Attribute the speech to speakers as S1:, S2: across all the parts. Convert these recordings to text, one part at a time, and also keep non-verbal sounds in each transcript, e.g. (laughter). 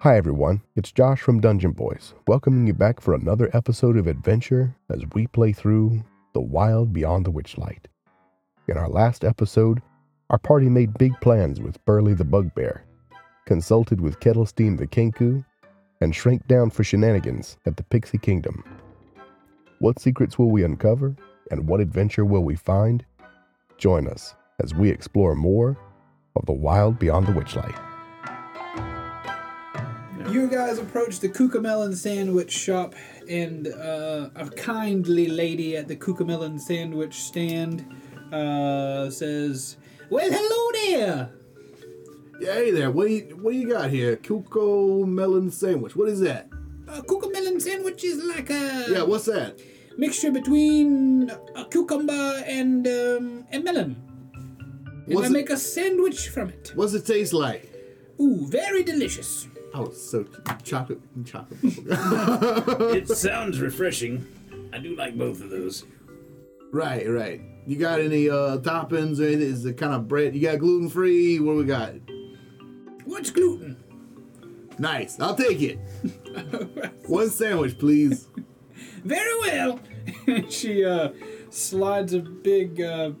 S1: Hi, everyone. It's Josh from Dungeon Boys, welcoming you back for another episode of Adventure as we play through The Wild Beyond the Witchlight. In our last episode, our party made big plans with Burly the Bugbear, consulted with Kettle Steam the Kenku, and shrank down for shenanigans at the Pixie Kingdom. What secrets will we uncover, and what adventure will we find? Join us as we explore more of The Wild Beyond the Witchlight.
S2: You guys approached the Cucamelon Sandwich Shop, and uh, a kindly lady at the Cucamelon Sandwich stand uh, says, Well, hello there!
S3: Yeah, hey there. What do you what do you got here? Cuco melon sandwich. What is that?
S2: A Cucamelon sandwich is like a
S3: Yeah, what's that?
S2: mixture between a cucumber and um, a melon. And
S3: What's
S2: I
S3: it-
S2: make a sandwich from it.
S3: What's it taste like?
S2: Ooh, very delicious.
S3: Oh, it's so ch- chocolate, chocolate.
S4: It sounds refreshing. I do like both of those.
S3: (laughs) right, right. You got any uh toppings or anything? Is it kind of bread? You got gluten free? What do we got?
S2: What's gluten?
S3: Nice. I'll
S2: (laughs)
S3: take it. One sandwich, please.
S2: Very well. (laughs) she uh, slides a big uh,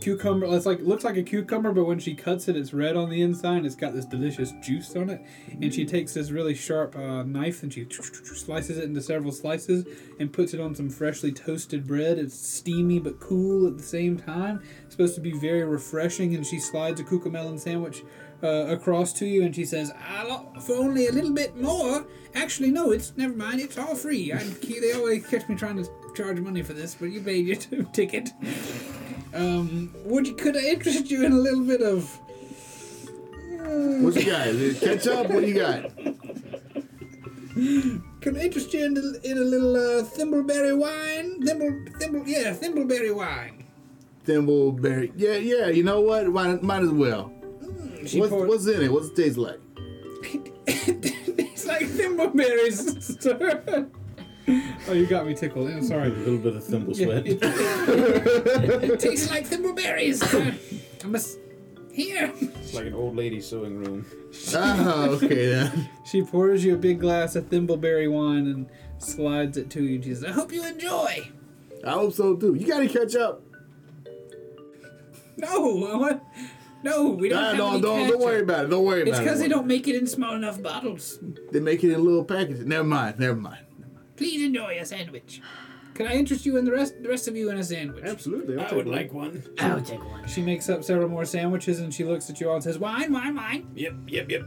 S2: cucumber. It's like looks like a cucumber, but when she cuts it, it's red on the inside. And it's got this delicious juice on it. And she takes this really sharp uh, knife and she slices it into several slices and puts it on some freshly toasted bread. It's steamy but cool at the same time. It's supposed to be very refreshing. And she slides a cucamelon sandwich. Uh, across to you, and she says, I'll, "For only a little bit more." Actually, no, it's never mind. It's all free. I, they always catch me trying to charge money for this, but you paid your (laughs) ticket. Um, would you, could I interest you in a little bit of?
S3: What you got? Is it ketchup? What do you got?
S2: Could I interest you in a, in a little uh, thimbleberry wine? Thimble, thimble, yeah, thimbleberry wine.
S3: Thimbleberry. Yeah, yeah. You know what? Why, might as well.
S2: She
S3: What's,
S2: poured-
S3: what's in it? What's it taste like?
S2: (laughs) it's like thimbleberries, sir. (laughs) oh, you got me tickled. I'm sorry.
S4: A little bit of thimble (laughs) sweat.
S2: it, it tastes like (coughs) thimbleberries. Uh, I must here.
S4: It's like an old lady sewing room.
S3: Ah, okay then.
S2: She pours you a big glass of thimbleberry wine and slides it to you. and She says, "I hope you enjoy."
S3: I hope so too. You got any ketchup?
S2: No, I want. No, we don't
S3: Nah,
S2: have
S3: Ah, no,
S2: any
S3: don't, don't
S2: ketchup.
S3: worry about it. Don't worry
S2: It's
S3: about it.
S2: because they don't make it in small enough bottles.
S3: They make it in little packages. Never mind. Never mind.
S2: Please enjoy a sandwich. Can I interest you and the rest the rest of you in a sandwich?
S3: Absolutely.
S4: I would like one.
S5: I'll take one.
S2: She makes up several more sandwiches and she looks at you all and says, "Wine, wine, wine."
S4: Yep, yep, yep.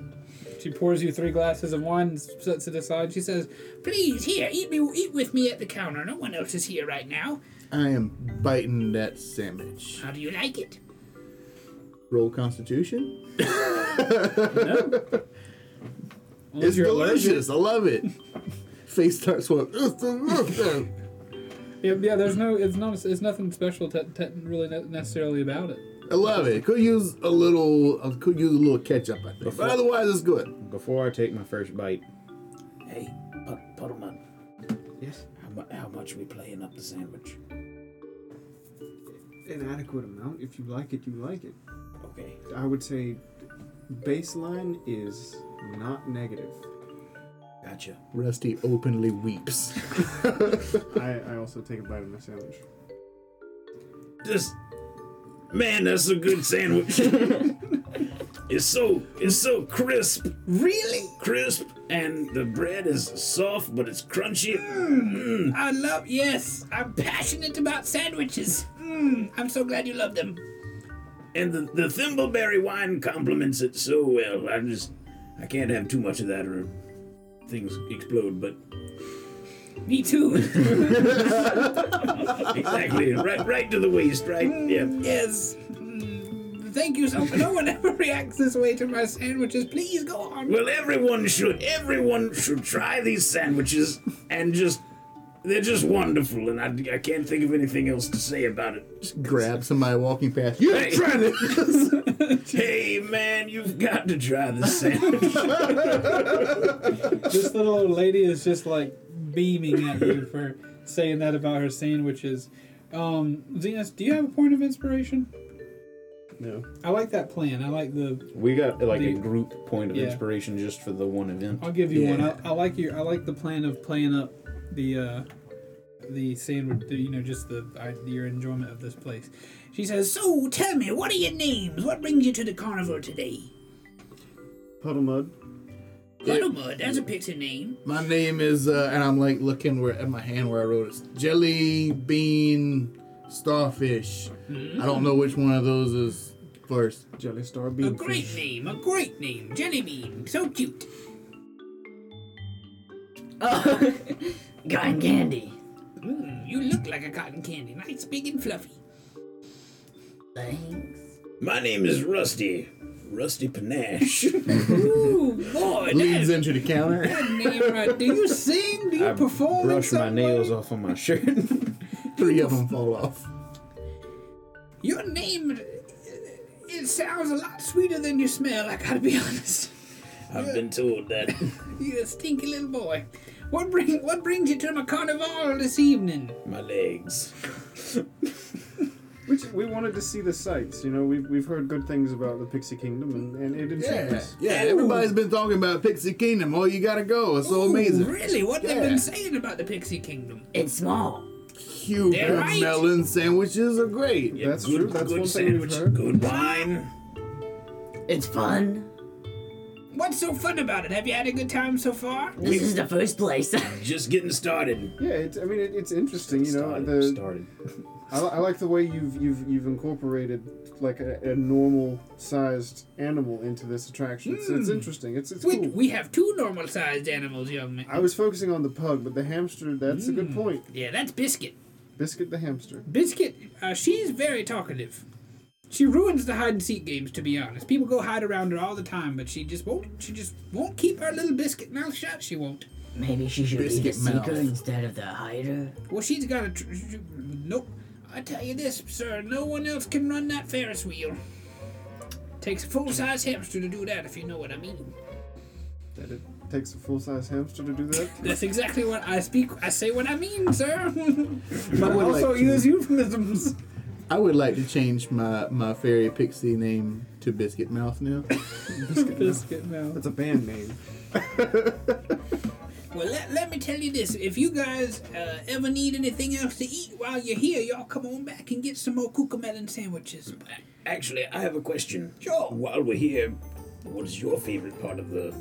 S2: She pours you three glasses of wine and sets it aside. She says, "Please, here, eat me, eat with me at the counter. No one else is here right now.
S3: I am biting that sandwich.
S2: How do you like it?"
S3: Roll Constitution.
S2: Unless
S3: It's
S2: you're allergic.
S3: delicious. I love it. Face starts with. "It's delicious."
S2: Yeah, yeah, there's no, it's not, it's nothing special te- te- really ne- necessarily about it.
S3: I love it. Could use a little. uh, Could use a little ketchup. I think. But otherwise, it's good.
S4: Before I take my first bite,
S6: Hey, Pud- Puddleman,
S5: Yes,
S6: how, mu- how much are we playing up the sandwich?
S5: an adequate amount. If you like it, you like it.
S6: Okay.
S5: I would say baseline is not negative.
S6: Gotcha.
S3: Rusty openly weeps. (laughs)
S5: I, I also take a bite of my sandwich.
S4: just man, that's a good (laughs) sandwich. it's so it's so crisp,
S2: Really?
S4: crisp, and the bread is soft, but it's crunchy.
S2: I love, yes, I'm passionate about sandwiches.
S6: Hmm.
S2: Mm, I'm so glad you love them.
S4: And the, the thimbleberry wine complements it so well. I just I can't have too much of that or things explode. But
S2: Me
S6: (laughs)
S2: too.
S4: exactly, right right to the waist, right? Yeah.
S2: yes. Mm, thank you so much. No one ever reacts this way to my sandwiches. Please go on.
S4: Well, everyone should. Everyone should try these sandwiches and just. They're just wonderful, and I, I can't think of anything else to say about it.
S3: Grab somebody walking past. You
S4: Hey.
S3: trying this?
S4: (laughs) Hey, man, you've got to try this sandwich.
S2: This little old lady is just like beaming at you for saying that about her sandwiches. Um, Zenas, do you have a point of inspiration?
S5: No.
S2: I like that plan. I like the.
S7: We got like a
S2: The-
S7: group point of
S2: yeah.
S7: inspiration just for the one event.
S2: I'll give you one. I,
S3: Yeah.
S2: I like your. I like the plan of playing up the uh, the sandwich. The, you know, just the I, your enjoyment of this place.
S6: She says, So tell me, what are your names? What brings you to the carnival today?
S5: Puddle mud.
S6: Puddlemud, that's a pixie name.
S3: My name is, uh, and I'm like looking where at my hand where I wrote it. Jelly bean starfish. I don't know which one of those is first.
S5: Jelly star
S6: A
S5: bean.
S6: great name, a great name. Jellybean, so cute. Oh, (laughs) cotton candy. Mm, you look like a cotton candy, nice, big, and fluffy. Thanks.
S4: My name is Rusty. Rusty Panache.
S6: Ooh, boy,
S3: Leads
S6: that
S3: into the counter.
S6: (laughs) name right
S2: Do
S6: there.
S2: you sing? Do you
S7: I
S2: perform? in
S7: brush my
S2: some way?
S7: nails off on my shirt. (laughs)
S3: Three of them fall off.
S6: Your name, uh, it sounds a lot sweeter than you smell, I gotta be (laughs) honest.
S4: I've been told that.
S6: You're a stinky little boy. What bring what brings you to my carnival this evening?
S4: My legs.
S5: We, ju- we wanted to see the sights. You know, we've, we've heard good things about the Pixie Kingdom, and, and it intrigues
S3: Yeah,
S5: us.
S3: yeah. Everybody's been talking about Pixie Kingdom. Oh, you gotta go. It's so amazing.
S6: Really, what they've
S3: Yeah.
S6: been saying about the Pixie Kingdom?
S8: It's small.
S3: Cuban
S6: They're right.
S3: melon sandwiches are great.
S5: That's true. That's
S4: good
S5: one thing
S4: sandwich.
S5: we've heard.
S4: Good wine.
S8: It's fun.
S6: What's so fun about it? Have you had a good time so far?
S8: This is the first place. (laughs)
S4: Just getting started.
S5: Yeah, it's, I mean, it, it's interesting. You know,
S7: started,
S5: the
S7: started.
S5: I, li- I like the way you've you've you've incorporated like a, a normal sized animal into this attraction. It's,
S4: Hmm.
S5: it's interesting. It's it's
S6: We,
S5: cool.
S6: we have two normal sized animals, young man.
S5: I was focusing on the pug, but the hamster. That's a good point.
S6: Yeah, that's Biscuit.
S5: Biscuit the hamster.
S6: Biscuit, uh, she's very talkative. She ruins the hide and seek games, to be honest. People go hide around her all the time, but she just won't. She just won't keep her little biscuit mouth shut. She won't.
S8: Maybe she should be the
S3: Biscuit mouth.
S8: seeker instead of the hider.
S6: Well, she's got a. Tr- tr- nope. I tell you this, sir. No one else can run that Ferris wheel. Takes a full-size hamster to do that, if you know what I mean.
S5: That it takes a full size hamster to do that.
S6: That's exactly what I speak. I say what I mean, sir. (laughs)
S3: I would,
S2: Also
S3: like to,
S2: use euphemisms. (laughs)
S3: I would like to change my my fairy pixie name to Biscuit Mouth now.
S2: Biscuit mouth.
S5: That's a band name.
S6: well, let, let me tell you this. If you guys uh, ever need anything else to eat while you're here, y'all come on back and get some more cucamelon sandwiches.
S4: Actually, I have a question.
S6: Sure.
S4: While we're here, what is your favorite part of the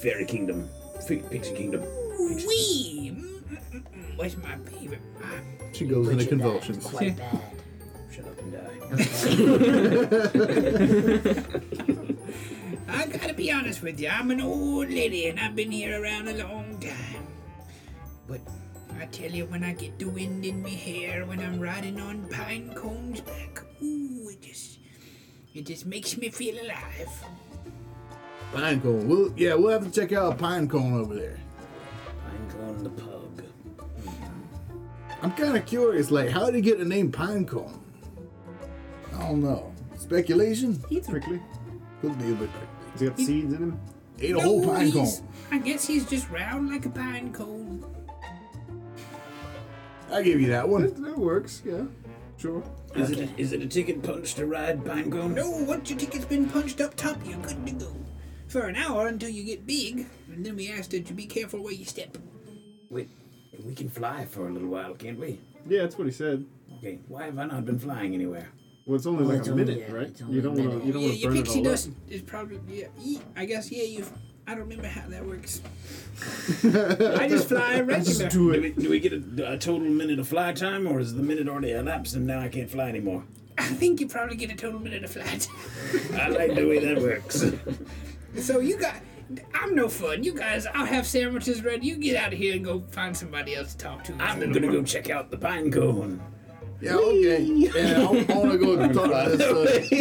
S4: Fairy Kingdom? Fi Pixie Kingdom?
S6: Wee! Mm, mm, mm, mm. What's my favorite? Ah,
S3: She goes into
S8: Which of that is
S3: convulsions.
S8: Quite bad.
S4: Shut up and die.
S6: I gotta be honest with you, I'm an old lady and I've been here around a long time. But I tell you, when I get the wind in my hair, when I'm riding on pine cones back, ooh, it just, it just makes me feel alive.
S3: Pine cone. We'll, yeah, we'll have to check out pine cone over there.
S4: I'm going the pug.
S3: I'm kind of curious. Like, how did he get the name pine cone? I don't know. Speculation
S5: Prickly.
S3: could be, but
S5: He's got seeds in him.
S3: ate a whole
S6: No,
S3: pine cone.
S6: he's- I guess he's just round like a pine cone.
S3: I give you that
S5: That,
S3: one.
S5: that works. Yeah. Sure.
S4: Is, it is it a ticket punch to ride Pinecone?
S6: No, once your ticket's been punched up top, you're good to go. For an hour until you get big, and then we ask that you be careful where you step.
S4: Wait, we can fly for a little while, can't we?
S5: Yeah, that's what he said.
S4: Okay, why have I not been flying anywhere?
S5: Well, Oh, it's only
S8: Well,
S5: like
S8: it's
S5: a
S8: only-
S5: minute,
S8: yeah,
S5: right?
S8: it's only
S5: You
S8: a
S5: don't want
S8: minute.
S5: to. You don't
S6: Yeah,
S5: want to
S6: your
S5: burn it
S6: pixie
S5: all up.
S6: dust is probably yeah. ye- I guess yeah. You, I don't remember how
S5: (laughs)
S6: that works. I just fly regular.
S4: Do, we, do we get a, a total minute of fly time, or is the minute already elapsed and now I can't fly anymore?
S6: I think you probably get a total minute of flight. (laughs)
S4: I like the way that works. (laughs)
S6: so you got, I'm no fun. You guys, I'll have sandwiches ready. You get out of here and go find somebody else to talk to.
S4: I'm gonna go check out the Pinecone.
S3: Yeah, okay. Yeah, I want to
S2: (laughs)
S3: go and talk about this.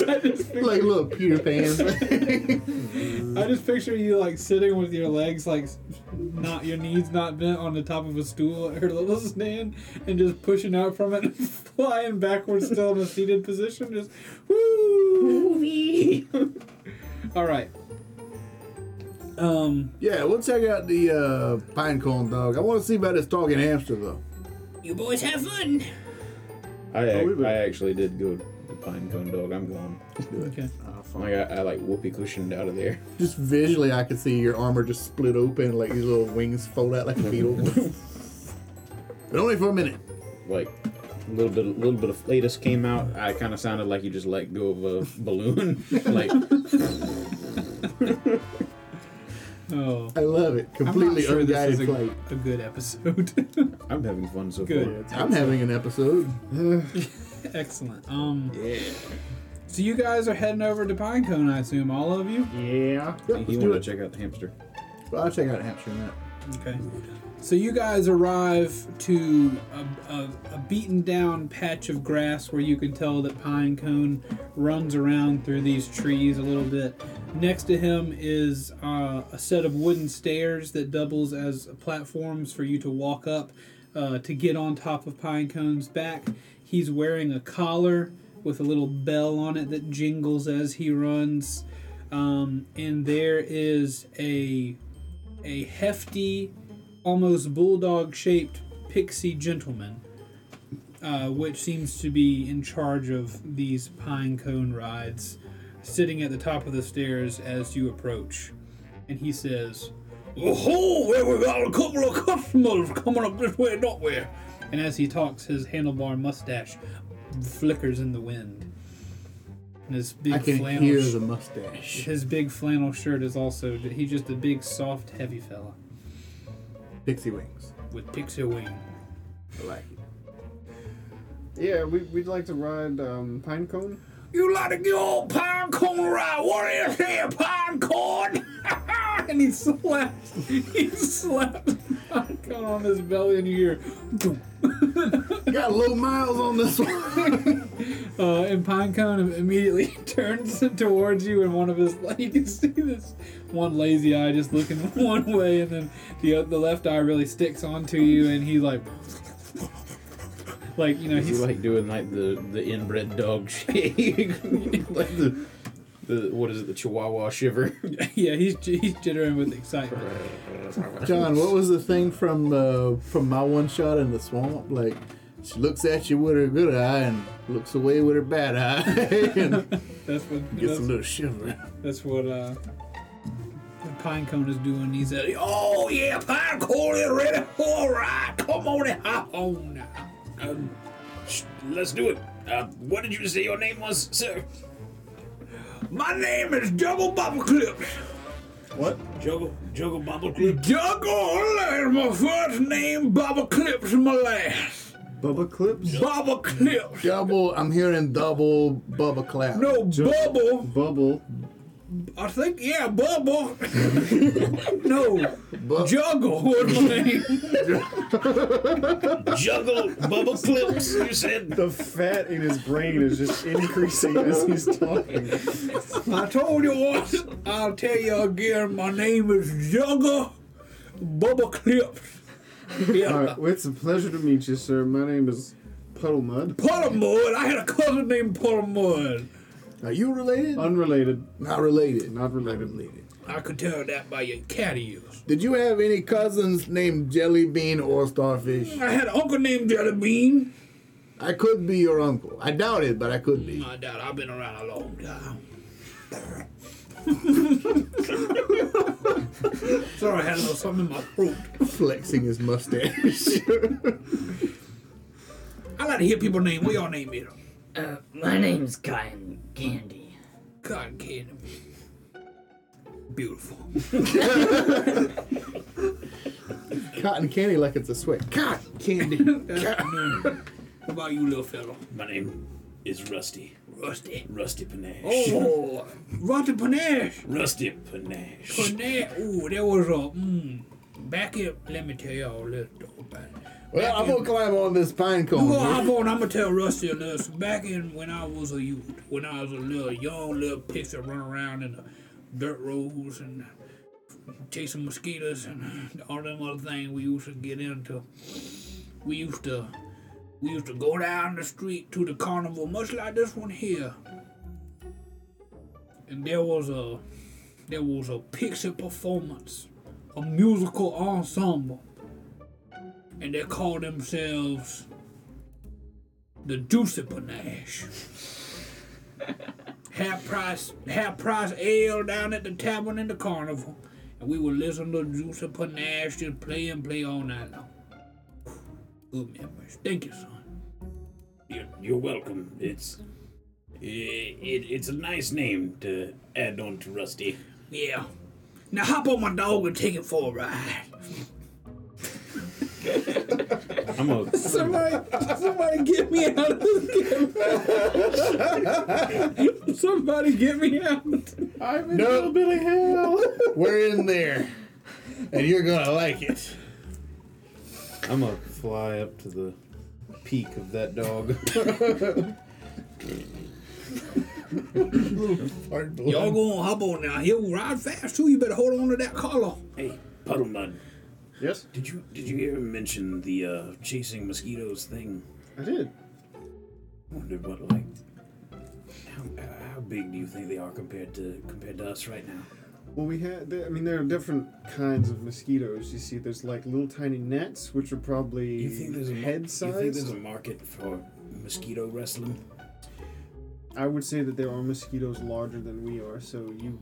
S3: Uh, like little Peter Pan. (laughs)
S2: I just picture you like sitting with your legs like s- not your knees not bent on the top of a stool at her little stand and just pushing out from it (laughs) and flying backwards still in a seated position just woo (laughs) all right um
S3: yeah, we'll check out the uh, pine cone dog. I want to see about this talking hamster though.
S6: You boys have fun.
S7: I, ac-
S5: we would-
S7: I actually did go pine cone dog. I'm gone.
S2: Okay.
S3: Uh, fuck.
S7: Like I, I like whoopee cushioned out of there.
S3: Just visually, I could see your armor just split open, like these little wings fold out like a
S2: (laughs)
S3: beetle. but only for a minute.
S7: Like a little bit, a little bit of flatus came out. I kind of sounded like you just let go of
S2: (laughs)
S7: a balloon. (laughs) like
S2: Oh.
S3: I love it.
S2: I'm not
S3: Completely
S2: sure this
S3: unguided
S2: is a,
S3: flight.
S2: a good episode. (laughs)
S7: I'm having fun so
S2: Good.
S7: far.
S3: I'm having an episode.
S2: Excellent. Um. Yeah. So you guys are heading over to Pinecone, I assume, all of you.
S3: Yeah.
S7: You
S3: Yep, let's do
S7: want to
S3: it.
S7: check out the hamster?
S3: Well, I'll check out Hampshire in a minute.
S2: Okay. So you guys arrive to a, a, a beaten down patch of grass where you can tell that Pinecone runs around through these trees a little bit. Next to him is uh, a set of wooden stairs that doubles as platforms for you to walk up uh, to get on top of Pinecone's back. He's wearing a collar with a little bell on it that jingles as he runs. Um, and there is a a hefty, almost bulldog shaped pixie gentleman, uh, which seems to be in charge of these pine cone rides, sitting at the top of the stairs as you approach. And he says, Oh, where we got a couple of customers coming up this way, not where. And as he talks, his handlebar mustache flickers in the wind. And his big
S3: I can
S2: flannel
S3: hear
S2: sh-
S3: the mustache.
S2: his big flannel shirt is also he's just a big soft heavy fella
S3: Pixie wings.
S2: with pixie wing.
S3: I like it.
S5: Yeah, we, we'd like to ride um, Pinecone.
S4: You like to get old pine cone ride? What is here, pine cone?
S2: (laughs) and he slaps he slaps Icon on his belly and you hear "Doom."
S3: Got low miles on this one.
S2: uh, and Pinecone immediately (laughs) turns towards you, and one of his (laughs) you can see this one lazy eye just looking (laughs) one way, and then the the left eye really sticks onto you, and he like, (laughs) like you know,
S7: You
S2: he's
S7: like doing like the the inbred dog (laughs) shake, like the the what is it? The Chihuahua shiver. (laughs)
S2: yeah, he's he's jittering with excitement.
S3: John, what was the thing from uh, from my one shot in the swamp? Like, she looks at you with her good eye and looks away with her bad eye, (laughs) and
S2: That's what
S3: gets
S2: that's,
S3: a little shiver.
S2: that's what uh, Pinecone is doing. He's at
S4: oh, yeah, pine cone is ready for a ride. Come on and hop on now. Um, sh- let's do it. Uh, what did you say your name was, sir? My name is Juggle Bubble Clips.
S3: What?
S4: Juggle, Juggle Bubble Clips? Juggle is my first name, Bubble Clips my last.
S5: Bubba Clips?
S4: Bubble Clips.
S3: Double. I'm hearing double Bubba clap.
S4: No, Bubble.
S5: (laughs) Bubble.
S4: I think, yeah,
S3: (laughs)
S4: Bubble. no,
S3: Bu-
S4: Juggle was my name. Juggle Bubble Clips, you said.
S5: The fat in his brain is (laughs) just increasing as he's talking.
S4: I told you once, I'll tell you again, my name is Juggle Bubble Clips.
S5: All right, well, it's a pleasure to meet you, sir. My name is Puddle Mud.
S4: Puddlemud, I had a cousin named Puddlemud.
S3: Are you related?
S5: Unrelated,
S3: Not related.
S5: not related.
S3: related.
S4: I could tell that by your cat ears.
S3: Did you have any cousins named Jelly Bean or Starfish?
S4: I had an uncle named Jelly Bean.
S3: I could be your uncle. I doubt it, but I could be.
S4: I doubt I've been around a long time. Sorry, I had a little something in my throat.
S3: Flexing his mustache.
S4: I like to hear people's name. What your name is?
S8: Uh, my name's Cotton Candy.
S4: Cotton candy. Beautiful.
S3: (laughs) Cotton candy like it's a sweat. Cotton (laughs) candy.
S4: What about you, little fella? My name is Rusty. Rusty. Rusty Panache.
S2: Oh, Rotten Panache.
S4: Rusty Panache.
S2: Panache. Ooh, there was a.
S4: uh,
S2: Mm, back up. Let me tell y'all a little story about it.
S3: well, I'm gonna climb on this pine cone.
S2: You gonna
S3: dude.
S2: hop on? I'm gonna tell Rusty a little. so Back in when I was a youth, when I was a little young, little pixie running around in the dirt roads and chasing mosquitoes and all them other things we used to get into. We used to, we used to go down the street to the carnival, much like this one here. And there was a, there was a pixie performance, a musical ensemble, and they
S9: (laughs)
S2: called themselves the Juicy Panache.
S9: half price half price ale down at the tavern in the carnival, and we would listen to Juice and Panache just play and play all night long. Good memories. Thank you, son.
S10: You're, you're welcome. It's i it, it's a nice name to add on to Rusty.
S9: Yeah. Now hop on my dog and take it for a ride.
S7: I'm a
S2: Somebody, somebody get me out of this
S9: (laughs)
S2: game. somebody get me out.
S3: I'm in hillbilly hell. (laughs) We're in there, and you're gonna like it.
S7: I'm a fly up to the peak of
S3: (laughs)
S7: that dog.
S3: Hard blood.
S9: Y'all gonna hop on now. He'll ride fast too. You better hold on to that collar.
S10: Hey, Puddle Mud,
S5: Yes,
S10: did you did you hear him mention the uh, chasing mosquitoes thing?
S5: I did.
S10: I wonder what like how, how big do you think they are compared to compared to us right now?
S5: Well, we had. there- I mean, there are different kinds of mosquitoes. You see, there's like little tiny nets, which are probably
S10: You think there's a mar-
S5: head
S10: You think there's
S5: sized.
S10: a market for mosquito wrestling?
S5: I would say that there are mosquitoes larger than we are. So you,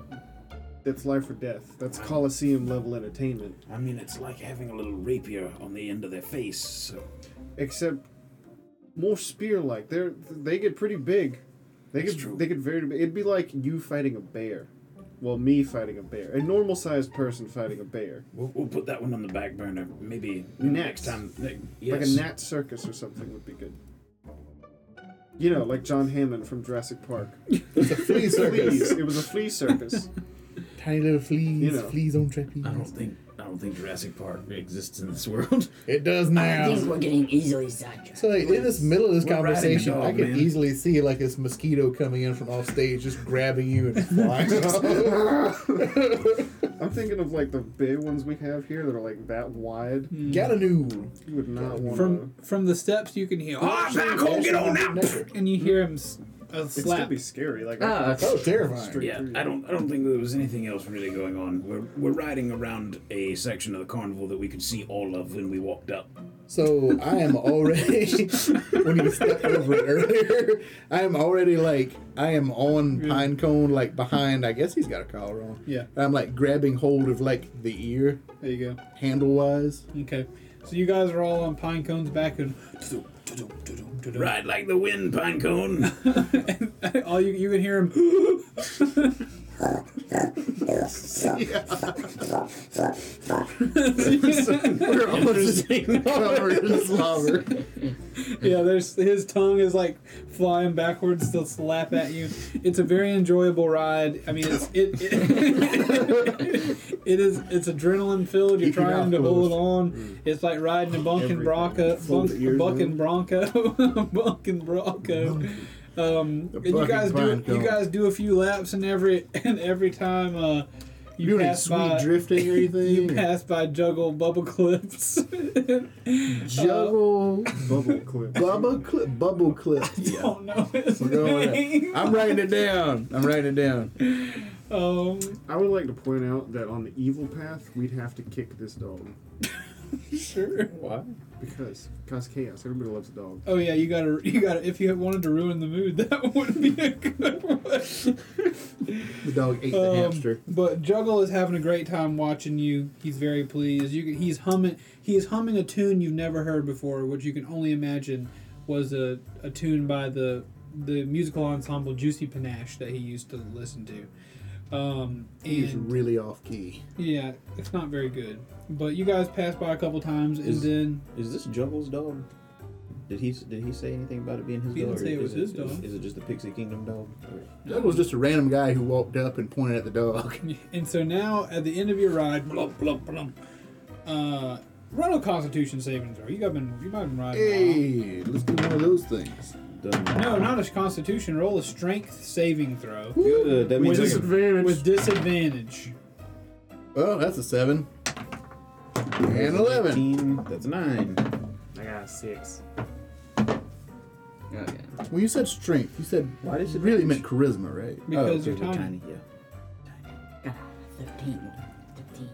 S5: that's life or death. That's coliseum level entertainment.
S10: I mean, it's like having a little rapier on the end of their face. So
S5: Except more spear like. They're they get pretty big. They
S10: That's
S5: get
S10: true.
S5: they get very big. It'd be like you fighting a bear. Well, me fighting a bear. A normal sized person fighting a bear.
S10: we'll, we'll put that one on the back burner. Maybe next,
S5: Next.
S10: time. ne-
S5: Like
S10: yes.
S5: a gnat circus or something would be good. You know, like John Hammond from Jurassic
S2: (laughs)
S5: Park.
S3: flea
S5: Fleas. It was a flea circus.
S3: Tiny little fleas.
S5: You know.
S3: Fleas on
S10: I
S3: trapeze.
S10: don't think I don't think Jurassic Park exists in this world. (laughs)
S3: It does
S8: I think
S3: now.
S8: we're getting easily sidetracked.
S3: So like, in this middle of this
S10: We're riding
S3: conversation,
S10: the dog,
S3: I could
S10: man.
S3: easily see like this mosquito coming in from off stage, just grabbing you and flying. (laughs)
S5: I'm thinking of like the big ones we have here that are like that wide.
S3: Gananu.
S5: You would not want
S2: Hmm. From from the steps, you can hear. "Ah, back home, get on now!" And you hear him s- a
S5: It'd still
S2: slap.
S5: be scary. Like
S8: Ah,
S3: That was Oh, terrifying.
S5: Straight
S10: Yeah,
S5: through.
S10: I don't. I don't think there was anything else really going on. We're we're riding around a section of the carnival that we could see all of when we walked up.
S3: So I am already (laughs) when you stepped over it earlier. I am already like I am on pine cone, like behind. I guess he's got a collar on.
S2: Yeah.
S3: And I'm like grabbing hold of like the ear,
S2: There you go.
S3: handle wise.
S2: Okay. So you guys are all on pine cones back and
S10: Ride like the wind, Pinecone.
S2: all you you can hear him.
S3: (laughs) (laughs) We're all just covered in slobber.
S2: yeah, there's his tongue is like flying backwards to slap at you. It's a very enjoyable ride. I mean, it's it it, (laughs) it is it's adrenaline filled. You're
S3: Keep your
S2: trying
S3: mouth
S2: to hold
S3: closed.
S2: on. It's like riding a bunkin'
S5: Mm. Everything.
S2: bronco,
S5: Fold the
S2: bunk,
S5: ears
S2: bunkin'
S5: in.
S2: bronco, (laughs) bunkin' bronco. Um, and you
S3: bunkin'
S2: guys do
S3: bronco.
S2: you guys do a few laps, and every and every time uh, you,
S3: You any
S2: pass
S3: sweet
S2: by.
S3: drifting or
S2: you
S3: anything?
S2: pass by juggle bubble clips. (laughs)
S3: Juggle
S5: bubble
S2: (laughs)
S5: clip.
S3: bubble clip, bubble clip.
S2: oh no! It's
S3: We're going with it. (laughs) I'm writing it down. I'm writing it down.
S2: (laughs) um,
S5: I would like to point out that on the evil path, we'd have to kick this dog
S2: sure.
S7: Why?
S5: because cause chaos. Everybody loves a dog.
S2: Oh yeah, you gotta, (laughs) you gotta. If you wanted to ruin the mood, (laughs) that would be a good one.
S3: The dog ate the
S2: Um,
S3: hamster.
S2: But Juggle is having a great time watching you. He's very pleased. You, can- he's humming. He is humming a tune you've never heard before, which you can only imagine was a, a tune by the the musical ensemble Juicy Panache that he used to listen to. Um,
S3: He's
S2: and-
S3: really off key.
S2: yeah, it's not very good. But you guys passed by a couple times, and
S7: Is-
S2: then
S7: Is this Juggle's dog? Did he did he say anything about it being his
S2: He
S7: dog?
S2: didn't
S7: or
S2: say it was
S7: is
S2: his
S7: Is,
S2: dog.
S7: is it just the Pixie Kingdom dog? Or-
S3: Doug was just a random guy who walked up and pointed at the dog.
S2: and so now at the end of your ride, blump blump blump. Uh, run a Constitution saving throw. You got been you might have been riding. a while.
S3: Hey, let's do one of those things.
S7: Done.
S2: No, not a Constitution. Roll a Strength saving throw
S7: Good. That means I can-
S5: Disadvantage.
S2: with disadvantage.
S3: Oh, that's a seven. And eleven.
S7: 18, That's a nine.
S5: I got a six.
S8: Okay.
S3: When you said strength, you said
S7: Why does
S3: you
S7: it
S3: really meant charisma, right?
S2: Because you're
S7: we're
S2: tiny.
S7: Yeah.
S8: Got a 13. 15.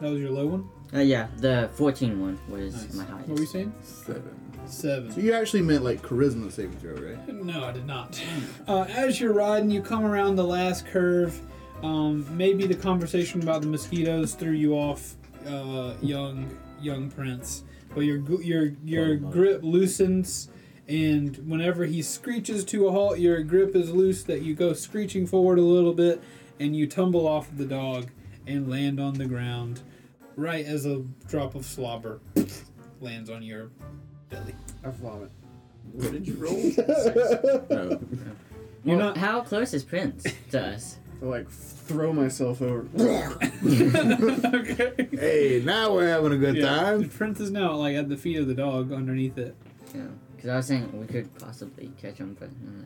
S2: That was your low one.
S8: Uh, yeah, the 14 one was my highest.
S2: What were you saying?
S3: Seven.
S2: Seven.
S3: So you actually meant like charisma saving throw, right?
S2: (laughs) No, I did not. Uh, as you're riding, you come around the last curve. Um, maybe the conversation about the mosquitoes threw you off, uh, young young prince. But your gu- your your grip loosens, and whenever he screeches to a halt, your grip is loose. That you go screeching forward a little bit, and you tumble off the dog and land on the ground, right as a drop of slobber lands on your belly. (laughs)
S5: I vomit.
S7: What did you roll? Six. No.
S8: Well,
S2: not-
S8: How close is Prince to us?
S5: I like throw myself over. (laughs)
S2: okay.
S3: Hey, now we're having a good
S2: The (laughs)
S3: time.
S2: prince is now like at the feet of the dog underneath it.
S8: Yeah. Because I was saying we could possibly catch him, but. mm,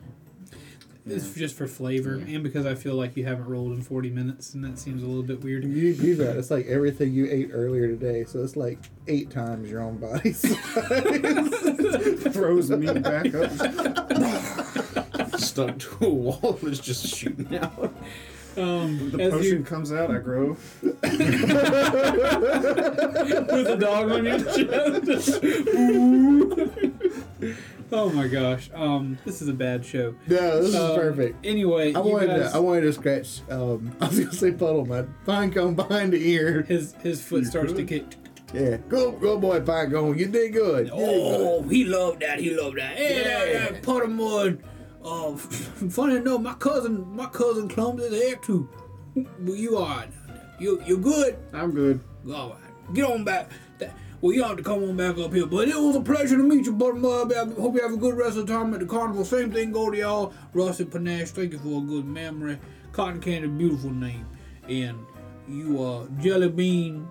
S2: It's just for flavor and because I feel like you haven't rolled in 40 minutes and that seems a little bit weird.
S3: You do that. It's like everything you ate earlier today, so it's like eight times your own body (laughs) size.
S5: Throws me back up.
S7: Stuck to a wall and it's just shooting out.
S2: Um,
S5: The
S2: (laughs) as
S5: potion
S2: you
S5: comes out. I grow.
S2: put the dog on
S3: (laughs)
S2: your chest. oh my gosh. Um, this is a bad show.
S3: no, this
S2: Um,
S3: is perfect.
S2: Anyway,
S3: I
S2: you
S3: wanted
S2: guys-
S3: to. I wanted to scratch. Um, (laughs) I was gonna say puddle my pine cone behind the ear.
S2: his his foot starts to kick.
S3: Yeah, go, go, boy, pine cone. You did good. You did good.
S4: Oh, he loved that. He loved that. Hey, that, that Pottermore.
S2: Oh, (laughs)
S4: Uh, funny enough, my cousin, my cousin clumbs his hair too. Well, you all right? You you good?
S5: I'm good.
S4: All right. Get on back. That, well, you have to come on back up here. But it was a pleasure to meet you, Pottermore. I hope you have a good rest of the time at the carnival. Same thing go to y'all. Rusty Panache, thank you for a good memory. Cotton Candy, beautiful name. And you, uh, Jelly Bean,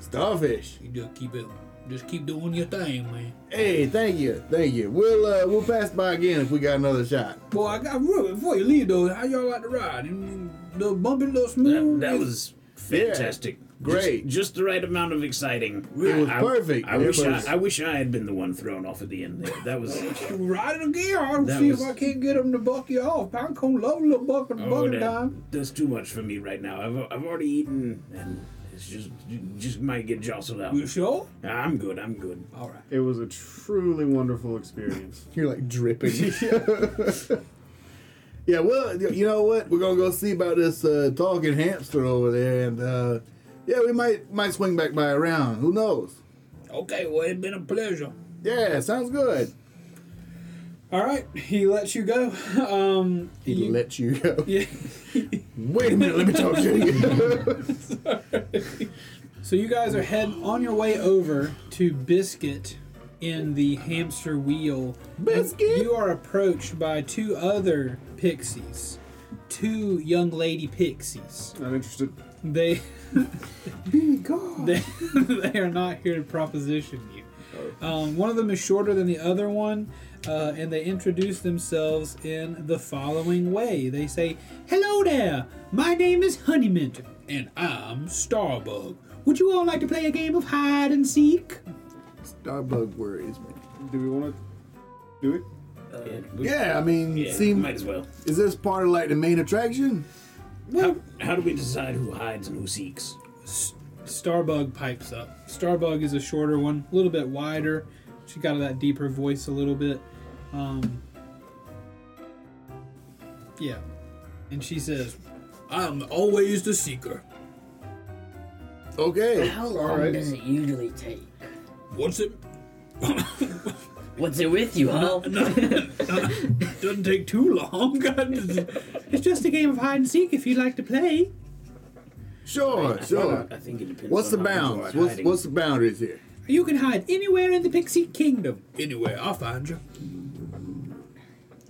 S3: Starfish.
S4: you just keep it, just keep doing your thing, man.
S3: Hey, thank you, thank you. We'll uh, we'll pass by again if we got another shot. (laughs)
S4: Well, I got real before you leave though. How y'all like the ride? And little bumpy, little smooth.
S10: That, that was
S3: Yeah.
S10: fantastic.
S3: Great.
S10: Just, just the right amount of exciting.
S3: It was
S10: I- I-
S3: perfect.
S10: I
S3: It
S10: wish
S3: was-
S10: I, I wish I had been the one thrown off at the end there. That
S7: (laughs)
S10: was
S4: riding again. I'll
S10: That
S4: see
S10: was-
S4: if I can't get him to buck you off. I'm gonna love little buck the
S10: oh,
S4: buck
S10: that-
S4: time.
S10: that's too much for me right now. I've I've already eaten and it's just just might get jostled out.
S4: You sure?
S10: I'm good. I'm good.
S4: All right.
S5: It was a truly wonderful experience.
S3: You're like dripping. (laughs) yeah, well, y- you know what? We're gonna go see about this uh, talking hamster over there, and uh, yeah, we might might swing back by around. Who knows?
S4: Okay. Well, it's been a pleasure.
S3: Yeah, sounds good.
S2: All right, he lets
S4: (laughs)
S2: you go.
S4: Uh,
S2: Um,
S3: He
S2: you-
S3: let you go. (laughs)
S2: yeah.
S3: Wait a minute, let me talk to
S10: (laughs)
S3: you.
S2: So you guys are head on your way over to Biscuit in the hamster wheel.
S3: Biscuit?
S2: You, you are approached by two other pixies, two young lady pixies.
S5: Not interested.
S2: They They, (laughs) they are not here to proposition you. Um, one of them is shorter than the other one, uh, and they introduce themselves in the following way. They say, Hello there, my name is Honeyminter, and I'm Starbug. Would you all like to play a game of hide and seek?
S3: Starbug worries me.
S5: Do we want to do it?
S3: Yeah, I mean,
S10: Uh, Yeah,
S3: seem
S10: might as well.
S3: is this part of like the main attraction?
S10: How, how do we decide who hides and who seeks?
S2: Starbug pipes up. Starbug is a shorter one, a little bit wider. She got that deeper voice a little bit. Um, yeah. And she says,
S4: I'm always the seeker.
S3: Okay,
S8: How long does it usually take?
S4: What's it?
S8: What's it with
S4: (laughs)
S8: you, huh?
S4: Doesn't take too long.
S2: (laughs)
S4: God,
S2: It's just a game of hide and seek if you'd like to play.
S3: sure, sure.
S10: I think it depends.
S3: What's the
S10: on how you
S3: bounds?
S10: are
S3: What's
S10: hiding.
S3: what's the boundaries here?
S2: You can hide anywhere in the Pixie Kingdom.
S4: anyway, I'll find you.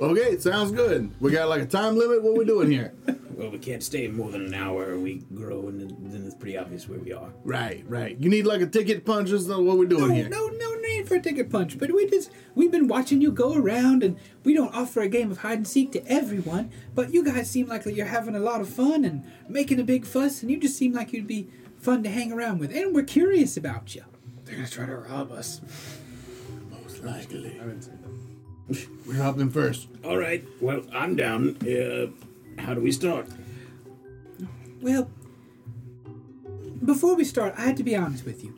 S3: Okay, sounds good. We got like a time limit. What we doing here? (laughs)
S10: Well, we can't stay more than an hour, or we grow, and then- then it's pretty obvious where we are.
S3: Right, right. You need like a ticket punch or something. What we doing
S2: No,
S3: here?
S2: no, no need for a ticket punch, but we just we've been watching you go around and we don't offer a game of hide and seek to everyone, but you guys seem like you're having a lot of fun and making a big fuss and you just seem like you'd be fun to hang around with and we're curious about you.
S5: They're gonna try to rob us.
S3: Most likely.
S5: I didn't say that.
S3: We're hopping first.
S10: All right. Well, I'm down. Uh, how do we start?
S2: Well, before we start, I had to be honest with you.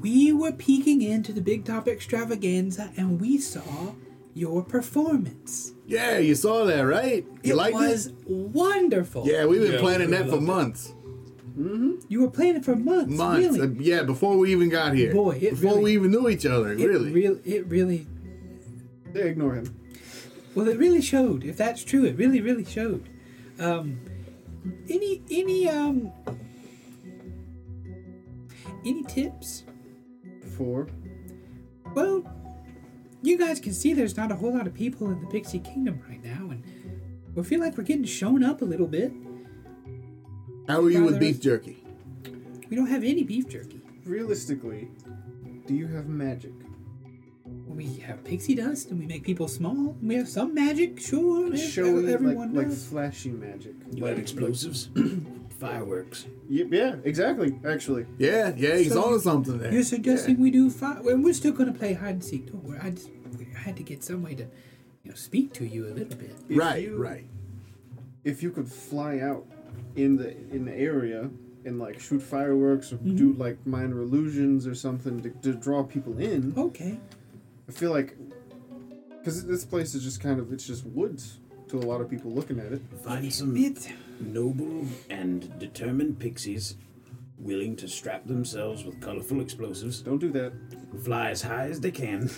S2: We were peeking into the Big Top Extravaganza and we saw your performance.
S3: Yeah, you saw that, right? You
S2: it
S3: liked
S2: was
S3: it?
S2: wonderful.
S3: Yeah, we've been
S4: Yeah,
S3: planning
S4: we
S3: that for
S4: loved it.
S3: months.
S2: You were playing it for months.
S3: Months.
S2: Really.
S3: Uh, yeah, before we even got here.
S2: Boy, it
S3: before
S2: really-
S3: we even knew each other,
S2: It
S3: really.
S2: real- it really
S5: They ignore him.
S2: Well, it really showed. If that's true, it really, really showed. Um, any, any, um, any tips?
S5: Four.
S2: Well, you guys can see there's not a whole lot of people in the Pixie Kingdom right now, and we feel like we're getting shown up a little bit.
S3: How are you with
S2: Father-
S3: beef jerky?
S2: We don't have any beef jerky.
S5: Realistically, do you have magic?
S2: We have pixie dust, and we make people small. We have some magic, sure. ev-
S5: Showing
S2: everyone
S5: like, like
S2: does.
S5: flashy magic.
S10: You
S3: (clears throat)
S10: had explosives? Fireworks.
S5: Y- yeah, exactly. Actually,
S3: Yeah, yeah, he's
S2: So-
S3: on to something there.
S2: You're suggesting we do five? Well, we're still going to play hide and seek. Don't worry. I just we had to get some way to, you know, speak to you a little bit.
S5: if
S3: right,
S5: you-
S3: right.
S5: If you could fly out in the in the area and like shoot fireworks or
S2: Mm-hmm.
S5: do like minor illusions or something to, to draw people in,
S2: Okay.
S5: I feel like because this place is just kind of it's just woods to a lot of people looking at it.
S10: Find some
S2: It's
S10: noble and determined pixies willing to strap themselves with colorful explosives,
S5: Don't do that.
S10: fly as high as they can.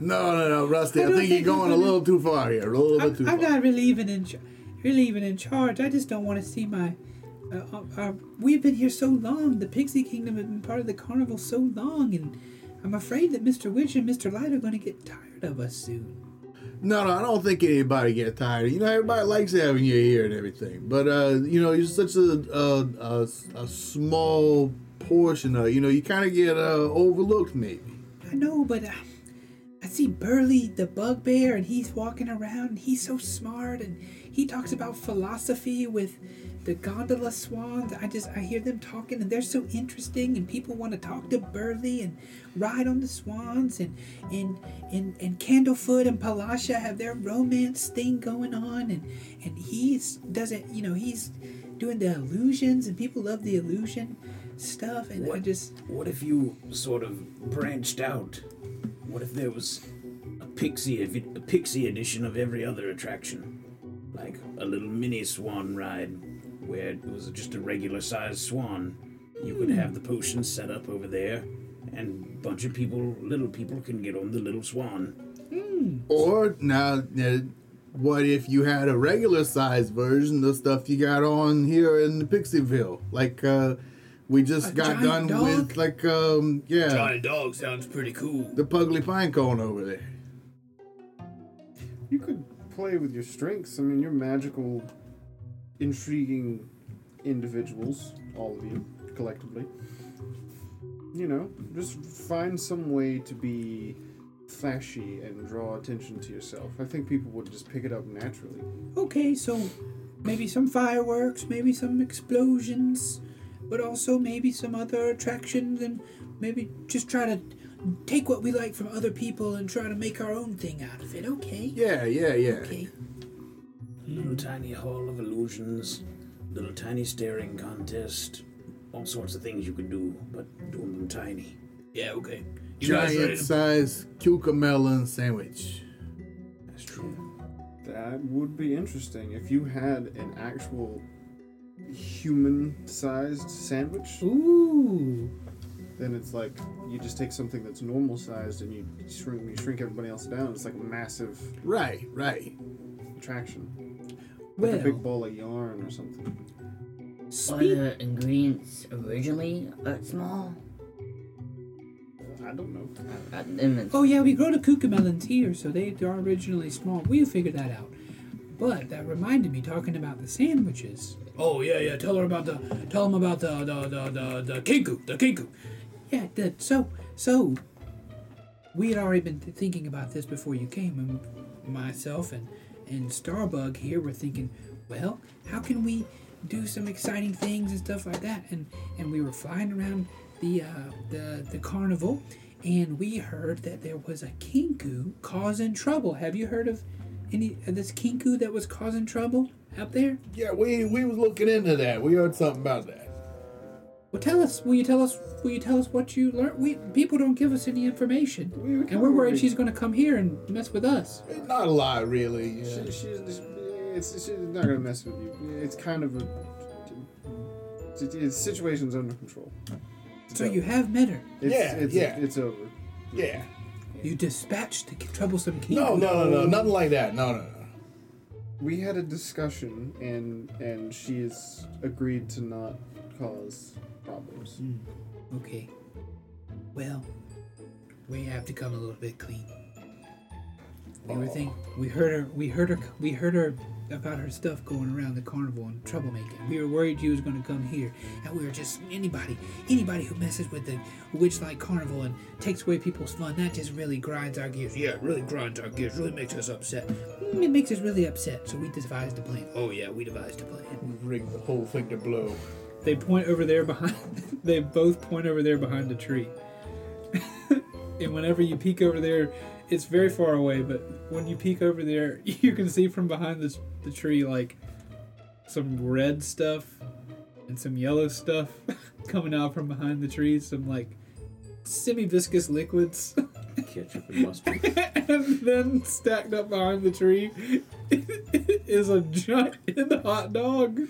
S3: No, no, no, Rusty.
S2: I
S3: I,
S2: don't
S3: think you're
S2: think
S3: going
S2: we're
S3: a
S2: gonna-
S3: little too far here. A little
S2: I'm,
S3: bit too
S2: I'm
S3: far.
S2: not really even in, char- really even in charge. I just don't want to see my. Uh, our- our, we've been here so long. The Pixie Kingdom has been part of the carnival so long, and I'm afraid that Mr. Witch and Mr. Light are going to get tired of us soon.
S3: No, no, I don't think anybody get tired. You know,
S2: Mm-hmm.
S3: everybody likes having you here and everything. But uh, you know, you're such a a, a, a small portion of. You know, you kind of get uh, overlooked maybe.
S2: I know, but I, I see Burley the Bugbear, and he's walking around, and he's so smart, and he talks about philosophy with the gondola swans. I just I hear them talking, and they're so interesting, and people want to talk to Burley and ride on the swans, and and and and Candlefoot and Palasha have their romance thing going on, and and he's doesn't you know he's doing the illusions, and people love the illusion stuff, and I
S10: What-
S2: just
S10: What if you sort of branched out? What if there was a pixie ev- a pixie edition of every other attraction, like a little mini swan ride, where it was just a regular sized swan? You could have the potions set up over there, and bunch of people, little people, can get on the little swan.
S3: Or now, uh, what if you had a regular size version of stuff you got on here in Pixieville? Like uh, we just
S2: A
S3: got done
S2: giant
S3: with,
S2: dog?
S3: like um, yeah,
S10: dog sounds pretty cool.
S3: the Pugly Pine Cone over there.
S5: You could play with your strengths. I mean, you're magical, intriguing individuals, all of you, collectively. You know, just find some way to be flashy and draw attention to yourself. I think people would just pick it up naturally.
S2: okay, so maybe some fireworks, maybe some explosions, but also maybe some other attractions, and maybe just try to take what we like from other people and try to make our own thing out of it. Okay.
S3: Yeah, yeah, yeah.
S2: Okay.
S10: Little tiny hall of illusions, little tiny staring contest, all sorts of things you can do, but doing them tiny.
S4: Yeah, okay. You guys ready
S3: Giant
S4: to-
S3: size cucamelon sandwich.
S10: That's true.
S5: That would be interesting if you had an actual human-sized sandwich.
S2: Ooh.
S5: Then it's like you just take something that's normal-sized and you shrink, you shrink everybody else down. It's like a massive
S3: Right, right.
S5: attraction. Like a big
S2: Well,
S5: ball of yarn or something.
S8: Are
S2: speak.
S8: the ingredients originally uh, small?
S5: I don't know.
S8: I, I didn't mean-
S2: Oh yeah, we grow the cucamelons here, so they are originally small. We'll figure that out. But that reminded me talking about the sandwiches.
S4: Oh yeah, yeah. Tell her about the. Tell him about the the the the, the kinku. The kinku.
S2: Yeah, the, so so we had already been th- thinking about this before you came, and myself and and Starbug here were thinking, well, how can we do some exciting things and stuff like that? And and we were flying around the uh, the the carnival, and we heard that there was a kinku causing trouble. Have you heard of any of this kinku that was causing trouble out there?
S3: Yeah, we we was looking into that. We heard something about that.
S2: Well, tell us. Will you tell us? Will you tell us what you learned? We people don't give us any information,
S5: We- we
S2: and we're
S5: kinda
S2: worried
S5: be-
S2: she's going to come here and mess with us.
S3: Not a lot, really. yeah.
S5: She, she's, it's, she's not gonna mess with you. It's kind of a. It's, it's situation's under control.
S2: So you have met her.
S5: It's,
S3: Yeah,
S5: it's,
S3: yeah.
S5: It's over.
S3: Yeah.
S2: You dispatched the troublesome king.
S3: No, no, no, no, nothing like that. No, no, no.
S5: We had a discussion, and and she's agreed to not cause problems.
S3: Hmm.
S2: Okay. Well, we have to come a little bit clean. Everything we heard her, we heard her, we heard her about her stuff going around the carnival and troublemaking. We were worried you was going to come here, and we were just anybody, anybody who messes with the witch-like carnival and takes away people's fun. That just really grinds our gears. Yeah, it really grinds our gears. Really makes us upset. Mm, It makes us really upset. So we devised a plan. Oh yeah, we devised a plan.
S3: Rigged the whole thing to blow.
S2: They point over there behind. they both point over there behind the tree. (laughs) and whenever you peek over there, it's very far away. But when you peek over there, (laughs) you can see from behind the, the tree like some red stuff and some yellow stuff (laughs) coming out from behind the trees. Some like semi-viscous liquids. (laughs)
S7: Ketchup and mustard.
S4: (laughs)
S2: and then stacked up behind the tree (laughs) is a giant (laughs) hot dog.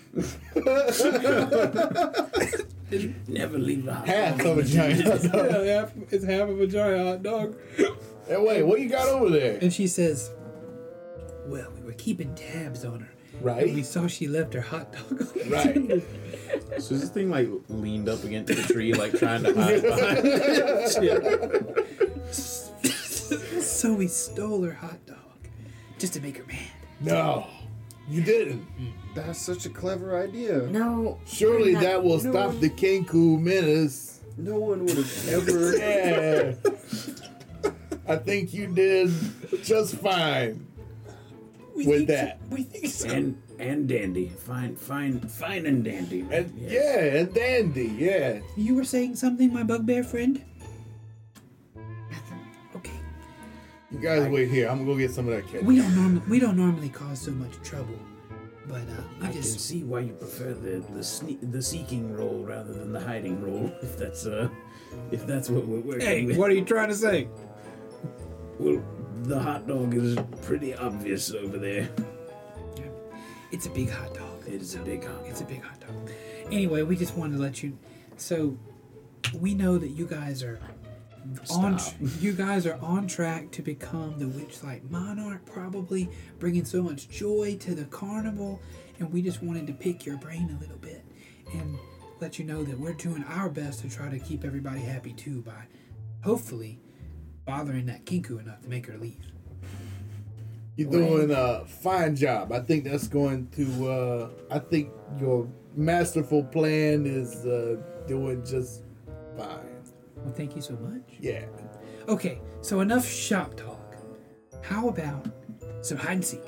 S10: Never leave the house.
S3: Half of a giant. hot
S2: Yeah, half, it's half of a giant hot dog.
S3: hey, wait, what you got over there?
S2: And she says, Well, we were keeping tabs on her. And we
S3: Right?
S2: saw she left her hot dog on the
S3: Right.
S2: table." (laughs)
S7: So is this thing like leaned up against the tree, like trying to hide (laughs) behind?
S2: so we stole her hot dog just to make her mad.
S3: No, you didn't.
S5: That's such a clever idea.
S8: No.
S3: Surely
S8: I'm not-
S3: that will
S8: no
S3: stop
S8: one-
S3: the Kenku menace.
S5: No one
S3: (laughs)
S5: would have ever.
S3: Yeah. (laughs) I think you did just fine
S2: We think
S3: with
S2: so-
S3: that.
S2: we think so.
S10: And and dandy, fine, fine, fine and dandy.
S3: And
S10: Yes.
S3: yeah, and dandy, yeah.
S2: You were saying something, my bugbear friend? Okay.
S3: You guys wait here. I'm gonna go get some of that ketchup.
S2: We don't normally we don't normally cause so much trouble, but uh, we
S10: I can
S2: just
S10: see why you prefer the the, sne- the seeking role rather than the hiding role. (laughs) If that's uh, if that's what we're working with.
S2: are you trying to say?
S10: Well, the hot dog is pretty obvious over there.
S2: It's a big hot dog.
S10: It is a big hot dog.
S2: It's a big hot dog. Anyway, we just wanted to let you. So, we know that you guys are on.
S10: Stop.
S2: You guys are on track to become the Witchlight Monarch, probably bringing so much joy to the carnival. And we just wanted to pick your brain a little bit and let you know that we're doing our best to try to keep everybody happy too by, hopefully, bothering that kinku enough to make her leave.
S3: You're doing a fine job. I think that's going to. Uh, I think your masterful plan is uh, doing just fine.
S2: Well, thank you so much.
S3: Yeah.
S2: Okay, so enough shop talk. How about some hide and seek?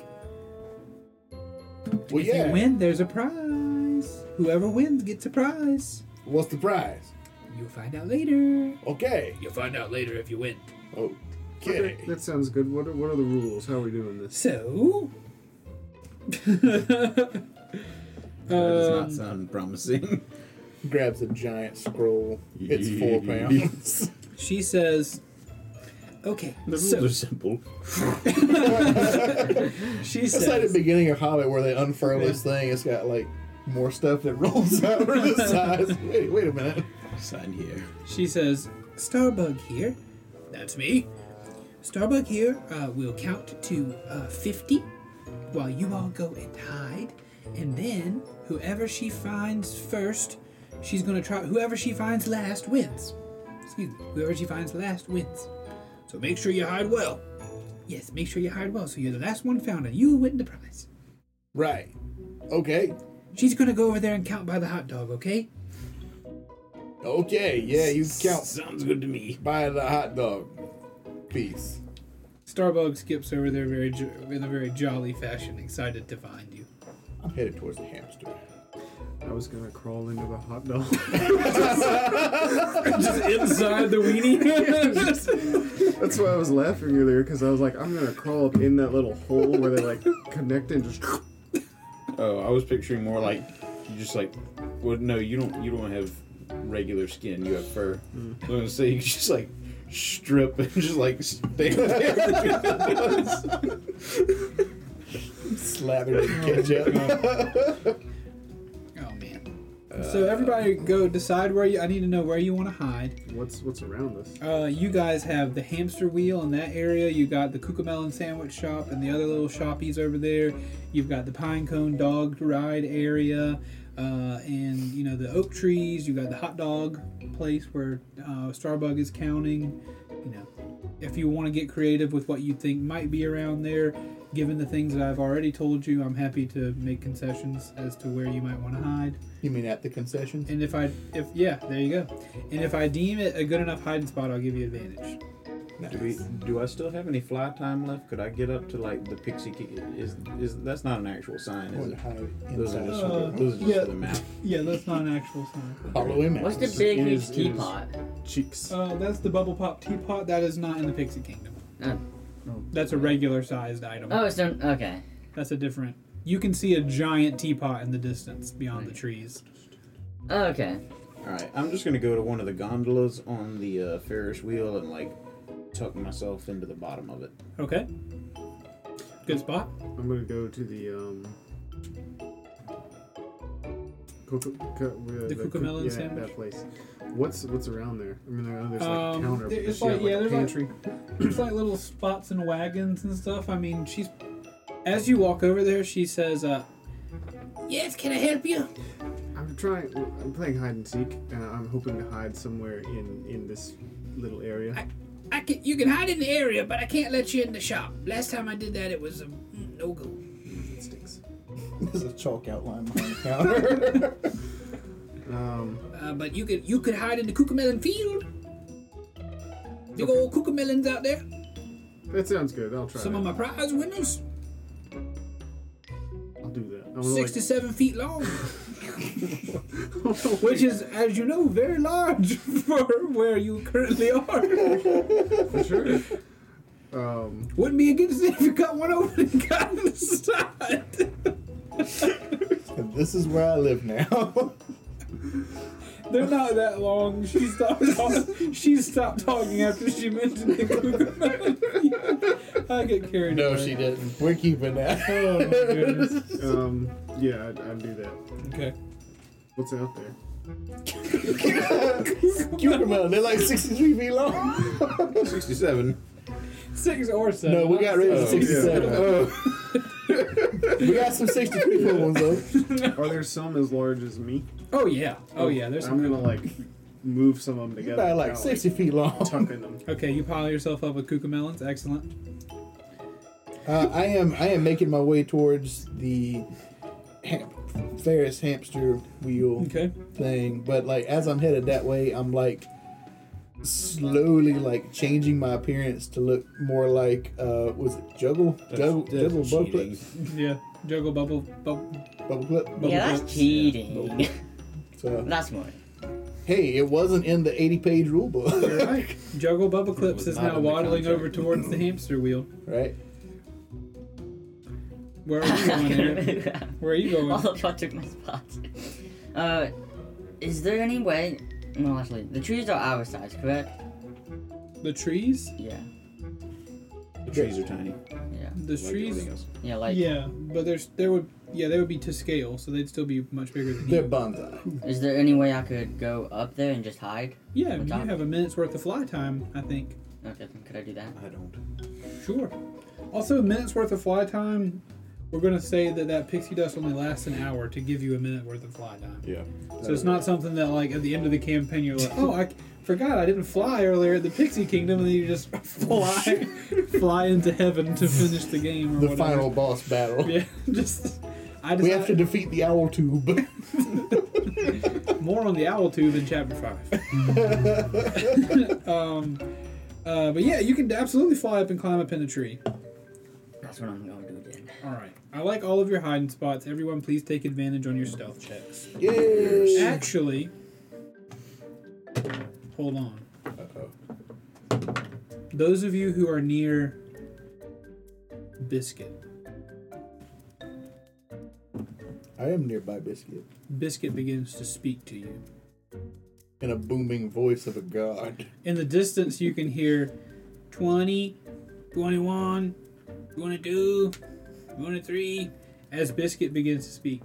S3: Well,
S2: if you
S3: yeah.
S2: win, there's a prize. Whoever wins gets a prize.
S3: What's the prize?
S2: You'll find out later.
S3: Okay.
S2: You'll find out later if you win.
S3: Okay.
S5: That sounds good. What are, what are the rules? How are we doing this?
S2: So.
S7: That does not sound promising.
S3: Grabs a giant scroll. It's
S2: (laughs)
S3: four pounds.
S2: she says, okay.
S7: The rules
S2: So
S7: are simple.
S2: (laughs) she
S3: It's like the
S2: says,
S3: beginning of Hobbit where they unfurl this thing. It's got like more stuff that rolls (laughs) out of the sides. Wait, wait a minute.
S7: Sign here.
S2: she says, Starbug here. That's me. Starbug here uh, will count to uh, 50 while you all go and hide. And then whoever she finds first, she's going to try. Whoever she finds last wins. Excuse me. Whoever she finds last wins. So make sure you hide well. Yes, make sure you hide well so you're the last one found and you will win the prize.
S3: Right. Okay.
S2: She's going to go over there and count by the hot dog, okay?
S3: Okay. Yeah, you count
S10: Sounds good to me.
S3: by the hot dog piece.
S2: Starbug skips over there very jo- in a very jolly fashion, excited to find you.
S3: I'm headed towards the hamster.
S5: I was gonna crawl into the hot dog.
S2: Inside the weenie.
S5: That's why I was laughing earlier because I was like, I'm gonna crawl up in that little hole where they like connect and just.
S7: Oh, I was picturing more like you just like. Well, no, you don't. You don't have regular skin. You have fur. I'm gonna say you (laughs) just like strip and just like stand there. Slathered in ketchup.
S2: Oh man. So everybody go decide where you. I need to know where you want to hide.
S5: What's what's around us?
S2: Uh, you guys have the hamster wheel in that area. You got the Cucamelon sandwich shop and the other little shoppies over there. You've got the Pinecone dog ride area, uh, and you know the oak trees. You got the hot dog place where uh, Starbug is counting. You know, if you want to get creative with what you think might be around there, given the things that I've already told you, I'm happy to make concessions as to where you might want to hide.
S3: You mean at the concessions?
S2: And if I, if yeah, there you go. And if I deem it a good enough hiding spot, I'll give you advantage.
S7: Do, we, do I still have any fly time left? Could I get up to like the pixie? Ki- is is that's not an actual sign? Is it? Those are just,
S2: Uh,
S7: those are just
S2: yeah.
S7: for the map.
S2: Yeah, that's not an actual sign.
S3: Follow him.
S8: What's the
S3: out.
S8: big
S5: it
S8: huge
S5: is- it is-
S8: teapot?
S5: Cheeks.
S2: Uh, that's the bubble pop teapot. That is not in the Pixie Kingdom.
S8: Oh,
S2: That's a regular sized item.
S8: oh it's done. Okay.
S2: That's a different. You can see a giant teapot in the distance beyond the trees.
S8: Oh, okay.
S7: All right, I'm just gonna go to one of the gondolas on the uh, Ferris wheel and like tuck myself into the bottom of it.
S2: Okay. Good spot. (clears throat)
S5: I'm gonna go to the um. Cucu- cu- uh,
S2: The
S5: cu-
S2: Cucamelon
S5: yeah,
S2: sandwich?
S5: that place. What's what's around there? I mean, I know there's like
S2: Um,
S5: a counter.
S2: there-
S5: but
S2: it's
S5: does she
S2: like-
S5: have,
S2: yeah,
S5: a
S2: there's like-
S5: pantry.
S2: It's like little spots and wagons and stuff. I mean, she's. As you walk over there, she says, uh,
S6: Yes, can I help you?
S5: I'm trying. I'm playing hide and seek, and I'm hoping to hide somewhere in in this little area.
S6: I can. You can hide in the area, but I can't let you in the shop. Last time I did that, it was a mm, no go.
S5: It stinks.
S3: (laughs) There's a chalk outline behind the counter.
S5: (laughs) Um,
S6: Uh, but you could you could hide in the cucamelon field. Big old cucamelons out there.
S5: that sounds good. I'll try.
S6: Some
S5: it.
S6: of my prize winners,
S5: I'll do that. I'm
S6: six to seven
S4: (laughs)
S6: feet long.
S5: Like,
S2: which is, as you know, very
S6: (laughs)
S2: large for where you currently are.
S5: for (laughs) sure. Um,
S2: Wouldn't be against it if you cut one over and got inside. (laughs)
S3: Uh, this is where I live now. (laughs)
S2: They're not that long. She stopped. Talk- she stopped talking after she mentioned the cucumber. I get carried away.
S3: didn't. We're keeping that. (laughs)
S2: Oh my goodness.
S5: um, yeah, I'd, I'd do that.
S2: Okay.
S5: What's out there?
S3: Cucumber, they're like 63 feet long. (laughs)
S7: Sixty-seven.
S2: Six or seven.
S3: No, we got rid of
S7: Oh,
S3: 67. we got some 63 foot ones
S7: (laughs)
S3: though.
S5: Are there some as large as me?
S2: Oh yeah. Oh yeah. There's
S5: I'm
S2: some.
S5: gonna like move some of them together.
S3: About like
S5: kinda,
S3: 60 feet long.
S5: tuck in them.
S2: Okay, you pile yourself up with cucamelons. Excellent.
S3: Uh, I am I am making my way towards the ham- Ferris hamster wheel
S2: Okay.
S3: thing, but like as I'm headed that way, I'm like slowly like changing my appearance to look more like uh was it Juggle Juggle
S7: That's
S3: Juggle bubble
S7: cheating.
S3: clip
S2: Yeah. Juggle bubble. bubble.
S3: bubble clip.
S8: Yeah, that's cheating.
S3: So
S8: (laughs) that's more.
S3: hey, it wasn't in the 80 page
S2: (laughs)
S3: rule book,
S2: Right. Juggle bubble clips
S7: was
S2: is
S7: not
S2: now
S7: in the
S2: waddling
S7: contract.
S2: over towards the hamster wheel.
S3: right?
S2: Where are you
S7: (laughs)
S2: going? Aaron? (laughs) Where are you
S8: All
S2: going?
S8: of y'all took my spot. Uh, is there any way? No, actually, the trees are our size, correct?
S2: The trees.
S8: Yeah.
S7: The trees are tiny.
S8: Yeah.
S2: The
S7: like
S2: trees.
S7: everything else.
S8: Yeah, like.
S2: Yeah, but there's there would yeah they would be to scale, so they'd still be much bigger than
S3: They're
S2: you.
S3: bonsai.
S8: Is there any way I could go up there and just hide?
S2: Yeah, you
S8: Madonna.
S2: have a minute's worth of fly time, I think.
S8: Okay, then could I do that?
S7: I don't.
S2: Sure. Also, a minute's worth of fly time. We're gonna say that that pixie dust only lasts an hour to give you a minute worth of fly time.
S7: Yeah.
S2: So it's not something that like at the end of the campaign you're like, oh, I forgot I didn't fly earlier at the pixie kingdom, and then you just (laughs)
S3: (laughs)
S2: fly fly into heaven to finish the game or
S3: The
S2: whatever.
S3: final boss battle.
S2: (laughs) Yeah, just I
S3: We have to
S2: decided
S3: defeat the owl tube. (laughs)
S2: more on the owl tube in chapter five. (laughs)
S3: (laughs)
S2: um, uh, but yeah, you can absolutely fly up and climb up in the tree.
S8: That's what I'm gonna do then.
S2: All right. I like all of your hiding spots. Everyone, please take advantage on your stealth checks.
S3: Yay!
S2: Actually, hold on. Those of you who are near Biscuit,
S3: I am nearby biscuit.
S2: Biscuit begins to speak to you.
S3: in a booming voice of a god.
S2: In the distance, you can hear 20, 21, 22, 23 as Biscuit begins to speak.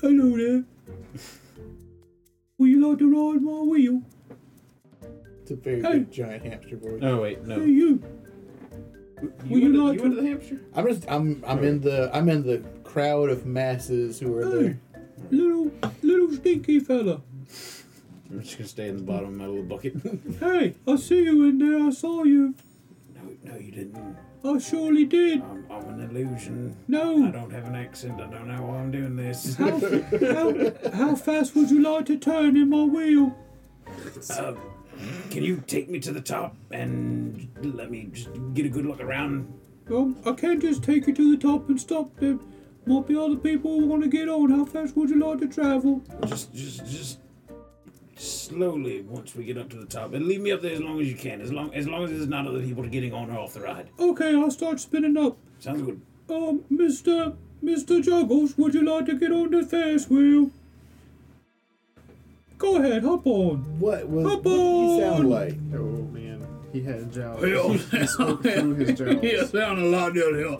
S2: Hello there. Would you like to ride my wheel?
S3: It's a very big giant hamster voice.
S7: No, Oh, wait,
S2: Hey,
S7: no.
S2: you. Will you,
S7: went
S2: like
S7: to-
S2: to
S7: went to the hamster?
S3: I'm just I'm I'm in the I'm in the crowd of masses who are there.
S2: little little stinky fella?
S7: I'm just gonna stay in the bottom of my
S10: (laughs)
S7: little bucket. no,
S2: Hey, I see you in there. I saw you.
S7: no, you didn't.
S2: I surely did.
S7: I'm, I'm an illusion. I
S2: No.
S7: don't have an accent. I don't know why I'm doing this.
S2: How, how, how fast would you like to turn in my wheel?
S10: Uh, can you take me to the top and let me just get a good look around?
S2: Um, I can't just take you to the top and stop. There might be other people who want to get on. How fast would you like to travel?
S10: Just, just, just slowly. Once we get up to the top, and leave me up there as long as you can. As long, as long as there's not other people getting on or off the ride.
S2: Okay, I'll start spinning up.
S10: Sounds good.
S2: Um, Mister Mister Juggles, would you like to get on the Ferris wheel? Go ahead, hop
S3: (laughs)
S2: on.
S3: What was
S2: Hop
S3: what do you sound
S2: on!
S3: like?
S5: Oh man, he had jowls.
S3: Yeah.
S5: He spoke
S2: (laughs)
S5: through his jowls.
S3: sound a lot down here.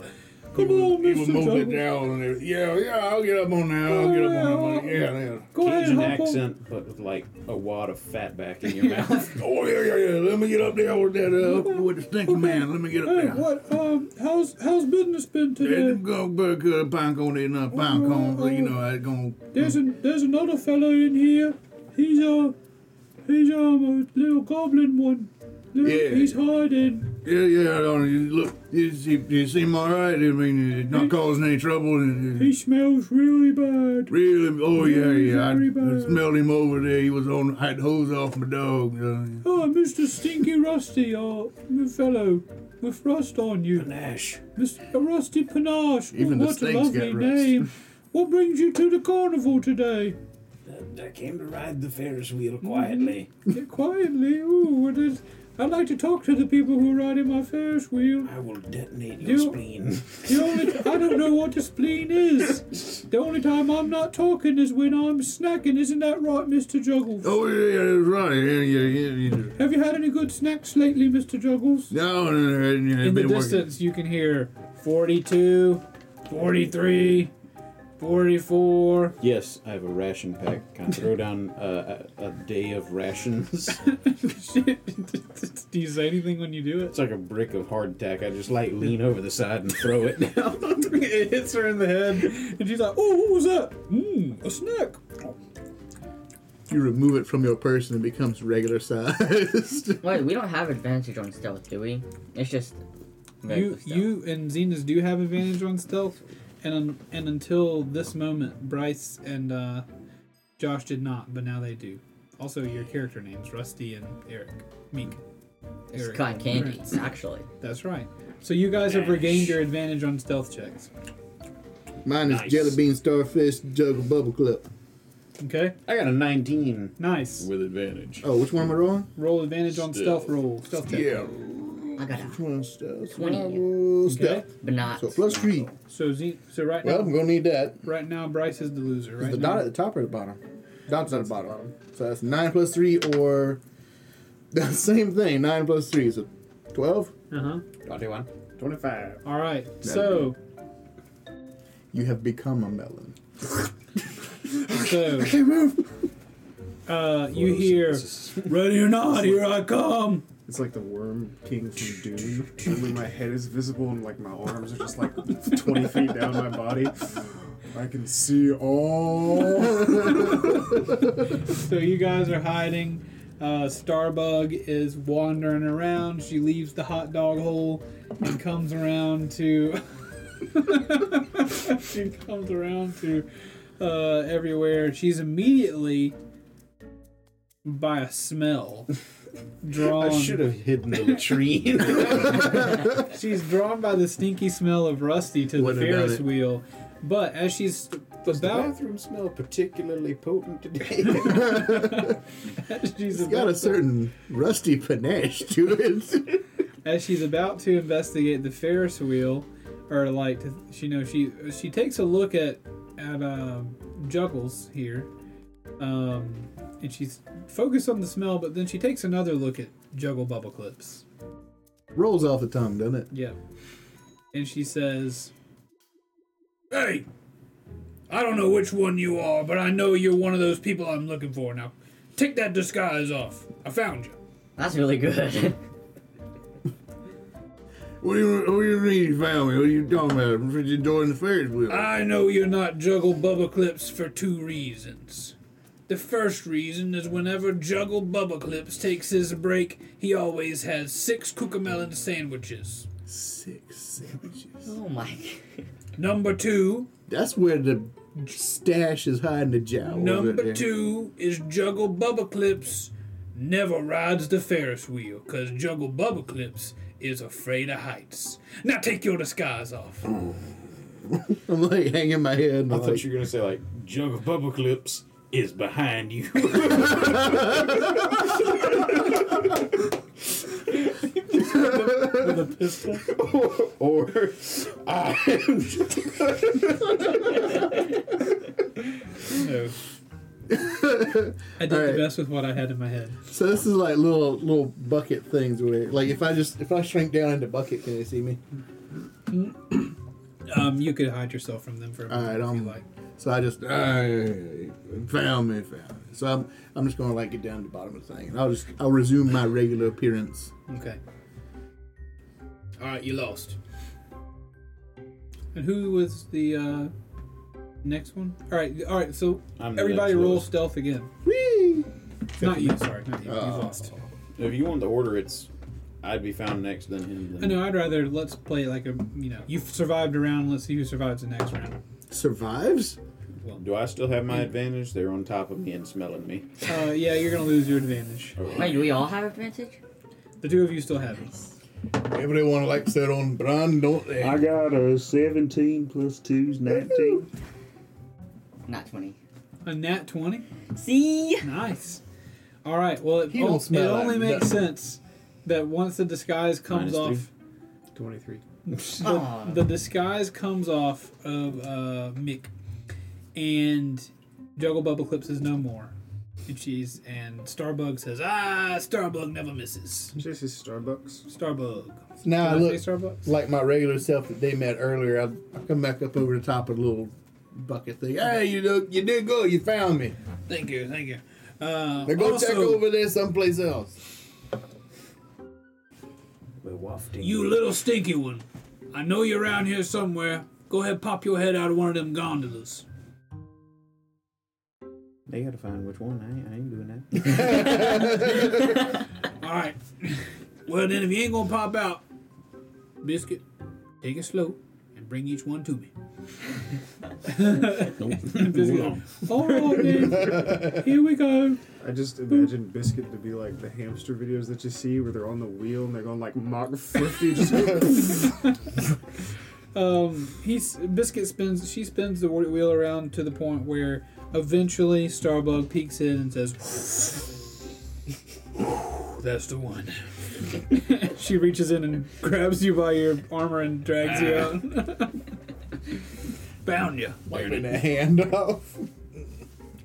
S2: Come on,
S3: He was
S2: Mister
S3: moving it
S2: Juggles.
S3: down and everything. Yeah, yeah, I'll get up on that. I'll get up on that. Yeah, yeah.
S2: Go ahead,
S7: Cajun
S2: hop on.
S7: accent, but with like a wad of fat back in your mouth.
S3: Oh yeah, yeah, yeah. Let me get up there with that uh, with the stinking man. Let me get up
S2: Hey,
S3: there.
S2: what? Um, how's how's business been
S3: Let
S2: today?
S3: him go better uh, good pound cone in a pound cone, but you know I gonna
S2: There's an there's another fellow in here. He's a he's um, a little goblin one. Little,
S3: Yeah.
S2: He's hiding.
S3: yeah yeah. I don't, you look, you, see- you seem all right. I mean, it's not causing any trouble. and-
S2: He smells really bad.
S3: Really? Oh yeah, yeah. I, I
S2: Everybody.
S3: smelled him over there. He was on. I had hose off my dog. uh,
S2: Oh, Mr. Stinky Rusty, uh, m- fellow, with rust on you.
S10: Nash,
S2: Mr. Rusty Panache, wh-
S3: Even the
S2: Oh, what a
S3: snakes
S2: lovely
S3: got rust.
S2: name. What brings you to the carnival today?
S10: I came to ride the Ferris wheel quietly.
S2: Yeah, Quietly, ooh, it is. I'd like to talk to the people who are riding my Ferris wheel.
S10: I will detonate
S2: You-
S10: your spleen. (laughs)
S2: The only t- I don't know what the spleen is. The only time I'm not talking is when I'm snacking. Isn't that right, Mr. Juggles?
S3: Oh yeah, yeah, that's right. Yeah, yeah, yeah. yeah.
S2: Have you had any good snacks lately, Mr. Juggles?
S3: No, no, no, no, no,
S2: In the
S3: been working.
S2: distance, you can hear 42, 43, 44.
S7: yes, I have a ration pack. Can I throw down uh, a, a day of rations?
S2: Do you say anything when you do it?
S7: (laughs) It's like a brick of hardtack. I just like lean over the side and throw it down.
S2: (laughs) it hits her in the head, and she's like, "Oh, what was that? Mmm, a snack."
S3: You remove it from your person, it becomes regular sized.
S8: Wait, we don't have advantage on stealth, do we? It's just.
S2: You,
S8: regular stealth.
S2: you, and Zenas do have advantage on stealth, and un- and until this moment, Bryce and uh, Josh did not, but now they do. Also, your character names Rusty and Eric Meek.
S8: It's
S2: Eric.
S8: cotton candy,
S2: Prince.
S8: actually.
S2: That's right. So you guys have regained your advantage on stealth checks.
S3: (laughs) Mine is
S10: Nice.
S3: jelly bean, starfish, jug, bubble clip.
S2: Okay.
S7: I got a 19
S2: Nice.
S7: with advantage.
S3: Oh, which one am I rolling?
S2: Roll advantage on stealth roll. Stealth check.
S3: Yeah,
S8: I got a
S3: which one? Stealth.
S8: 20.
S3: Stealth.
S8: but not.
S3: So plus three.
S2: So Z- so right
S3: Well,
S2: now,
S3: I'm gonna need that.
S2: right now Bryce is the loser. Right
S3: Is the
S2: now.
S3: dot at the top or the bottom? Dot's at the bottom. So that's nine plus three or (laughs) the same thing. Nine plus three is a twelve.
S2: Uh huh.
S7: Twenty-one.
S5: 25.
S2: All right. So
S3: You have become a melon.
S2: so
S3: Hey, move.
S2: uh, you hear ready or not, here I come.
S5: It's like the worm king from Dune. Only my head is visible and like my arms are just like 20 feet down my body. I can see all.
S2: So you guys are hiding. Uh, Starbug is wandering around. She leaves the hot dog hole and comes around to. (laughs) she comes around to uh, everywhere. She's immediately by a smell drawn.
S7: I should have hidden the (laughs) latrine.
S2: She's drawn by the stinky smell of Rusty to the
S3: Wouldn't have done
S2: Ferris
S3: it.
S2: wheel. But as she's (laughs) about,
S7: bathroom smell particularly potent today.
S3: (laughs)
S2: she's
S3: It's got
S2: about,
S3: a certain rusty panache (laughs) to it.
S2: as she's about to investigate the Ferris wheel, or like to, she knows she she takes a look at at um, Juggles here, Um, and she's focused on the smell, but then she takes another look at Juggle Bubble Clips.
S3: Rolls off the tongue, doesn't it?
S2: Yeah. And she says,
S4: Hey, I don't know which one you are, but I know you're one of those people I'm looking for. Now, take that disguise off. I found you.
S8: That's really good. (laughs)
S3: What do you What do you mean you found me? What are you talking about? I'm freaking doing the Ferris wheel.
S4: I know you're not Juggle Bubba Clips for two reasons. The first reason is whenever Juggle Bubba Clips takes his break, he always has six Cucamelon sandwiches.
S3: Six sandwiches.
S8: oh my.
S4: Number two,
S3: That's where the stash is hiding the jowl.
S4: number two is Juggle Bubba Clips never rides the Ferris wheel, cause Juggle Bubba Clips is afraid of heights. Now take your disguise off.
S3: I'm like hanging my head. And
S7: I
S3: I'm
S7: thought
S3: like,
S7: you were gonna say like
S10: Jug of bubble clips is behind
S7: (laughs)
S10: you.
S7: or I am
S2: No. I did
S3: Alright.
S2: the best with what I had in my head.
S3: so this is like little little bucket things where, like, if I just if I shrink down into bucket, can they see me?
S2: Um, you could hide yourself from them for a
S3: All
S2: minute if
S3: right,
S2: you
S3: I'm
S2: like.
S3: So I just "Aye, found me, found me. So I'm I'm just gonna like get down to the bottom of the thing, and I'll just I'll resume my regular appearance.
S2: Okay.
S4: Alright, you lost.
S2: And who was the uh, next one? All right, all right. So
S7: I'm the
S2: everybody
S7: next
S2: roll
S7: lowest.
S2: stealth again.
S3: Whee!
S2: Not you, sorry, not you. you
S7: Oh.
S2: lost.
S7: If you want the order, it's I'd be found next than him.
S2: I
S7: Then.
S2: know. I'd rather let's play like a you know you've survived a round. Let's see who survives the next round.
S3: Survives?
S7: Do I still have my advantage? They're on top of me and smelling me.
S2: Uh, yeah, you're gonna lose your advantage.
S7: Oh.
S8: Wait, do we all have advantage?
S2: The two of you still have it.
S3: If they want to like set on brand, don't they?
S11: I got a 17 plus 2's 19.
S8: Not (laughs) 20.
S2: A nat twenty.
S8: See?
S2: Nice. All right. Well, it,
S3: He don't
S2: on-
S3: smell
S2: it
S3: like
S2: only makes
S3: nothing.
S2: sense that once the disguise comes
S7: Minus three.
S2: off,
S5: 23.
S2: (laughs) the, the disguise comes off of uh, Mick, and Juggle Bubble Clips is no more, and she's and Starbug says, "Ah, Starbug never misses."
S5: This is Starbucks.
S2: Starbug.
S3: Now
S2: Did
S3: I
S2: I
S3: Ah, look
S2: say Starbucks?
S3: like my regular self that they met earlier. I, I come back up over the top of the little bucket thing. Hey, you look, you did good. You found me.
S2: Thank you, thank you. Uh,
S3: Now go check
S2: also,
S3: over there someplace else.
S10: We're wafting.
S4: You little stinky one. I know you're around here somewhere. Go ahead, pop your head out of one of them gondolas.
S7: They gotta find which one. I ain't, I ain't doing that.
S4: (laughs)
S7: (laughs)
S4: All right. Well, then, if you ain't gonna pop out, biscuit, take it slow and bring each one to me. (laughs)
S2: Oh, man. here we go.
S5: I just
S2: Hmm.
S5: imagine Biscuit to be like the hamster videos that you see where they're on the wheel and they're going like
S2: (laughs)
S5: Mach 50. Just
S2: Um, he's biscuit spins. She spins the wheel around to the point where eventually Starbug peeks in and says, (laughs)
S4: That's the one.
S2: "She reaches in and (laughs) grabs you by your armor and drags you out." (laughs)
S4: Found you.
S3: Wiping that hand off.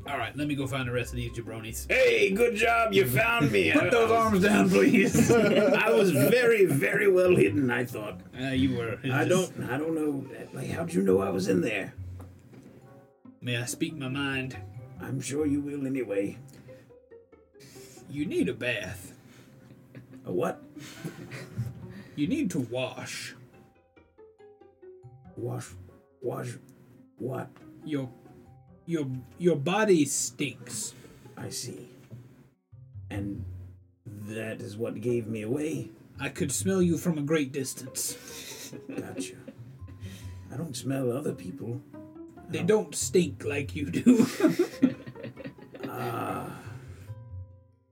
S4: All right, let me go find the rest of these jabronis.
S10: Hey, good job. You found
S4: (laughs)
S10: me.
S4: Put those arms down, please.
S10: I was very, very well hidden. I thought.
S4: uh,
S2: Ah,
S4: you were. It's
S10: I
S4: just-
S10: don't. I don't know. Like, how'd you know I was in there?
S4: May I speak my mind?
S10: I'm sure you will anyway.
S4: You need a bath.
S10: A what?
S4: You need to wash
S10: Wash, wash, what?
S4: your your your body stinks.
S10: I see. And that is what gave me away.
S4: I could smell you from a great distance.
S10: Gotcha. I don't smell other people.
S4: They don't stink like you do. (laughs)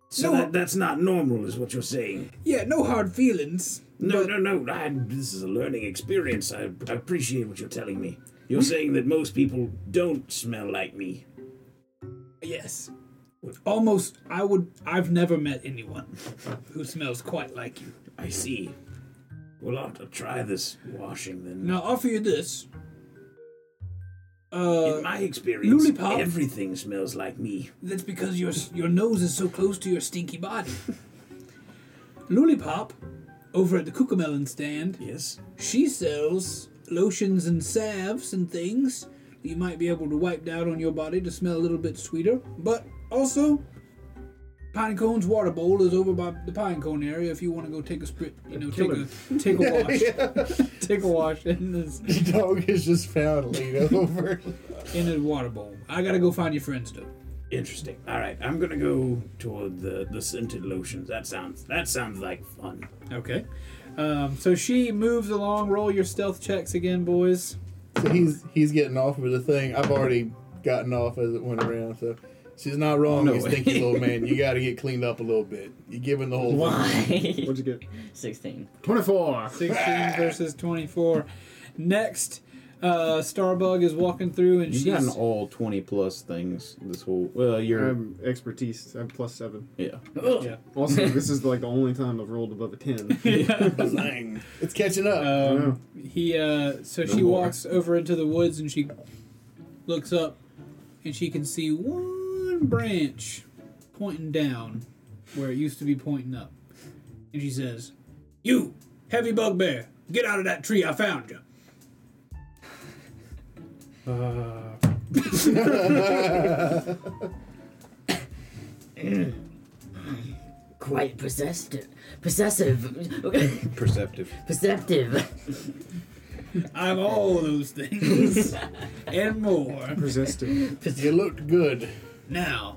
S10: So
S4: No.
S10: that, that's not normal, is what you're saying.
S4: yeah, no hard feelings.
S10: No,
S4: but-
S10: no, no. I, this is a learning experience. I, I appreciate what you're telling me. You're saying that most people don't smell like me.
S4: Yes. Almost, I would. I've never met anyone who smells quite like you.
S10: I see. Well, I'll have to try this washing then.
S4: Now, I'll offer you this.
S2: Uh,
S10: In my experience,
S2: lollipop?
S10: everything smells like me.
S2: That's because your your nose is so close to your
S4: (laughs)
S2: stinky body. Lulipop, over at the Cucamelon stand,
S10: Yes.
S2: she sells lotions and salves and things that you might be able to wipe down on your body to smell a little bit sweeter. But also, Pine Cone's water bowl is over by the Pine Cone area. If you want to go take a sprit, you know, take a take a wash,
S12: (laughs)
S2: (laughs) take a wash in this
S12: The dog is just found laid over.
S2: in a water bowl. I gotta go find your friends though.
S10: Interesting. All right, I'm gonna go toward the the scented lotions. That sounds that sounds like fun.
S2: Okay. Um, so she moves along. Roll your stealth checks again, boys.
S12: So he's he's getting off with the thing. I've already gotten off as it went around. So she's not wrong.
S10: No
S12: you
S10: way.
S12: stinky little man.
S10: (laughs)
S12: You got to get cleaned up a little bit. You're giving the whole.
S8: Why?
S5: What'd you get?
S8: 16.
S3: 24.
S2: 16 versus 24. Next, uh, Starbug is walking through and
S7: You've
S2: she's.
S7: gotten all 20 plus things this whole. Well, you're.
S5: I'm um, expertise. I'm plus seven.
S7: yeah.
S2: Yeah. (laughs)
S5: Also, this is like the only time I've rolled above a ten.
S12: Bang. It's catching up.
S10: Uh,
S2: Um, he uh, so she walks over into the woods and she looks up and she can see one branch pointing down where it used to be pointing up. And she says, "You heavy bugbear, get out of that tree! I found you."
S8: Quite possessed. Possessive. (laughs)
S7: Perceptive.
S8: Perceptive.
S2: I'm all those things and more.
S5: Possessed it.
S12: you looked good.
S2: Now,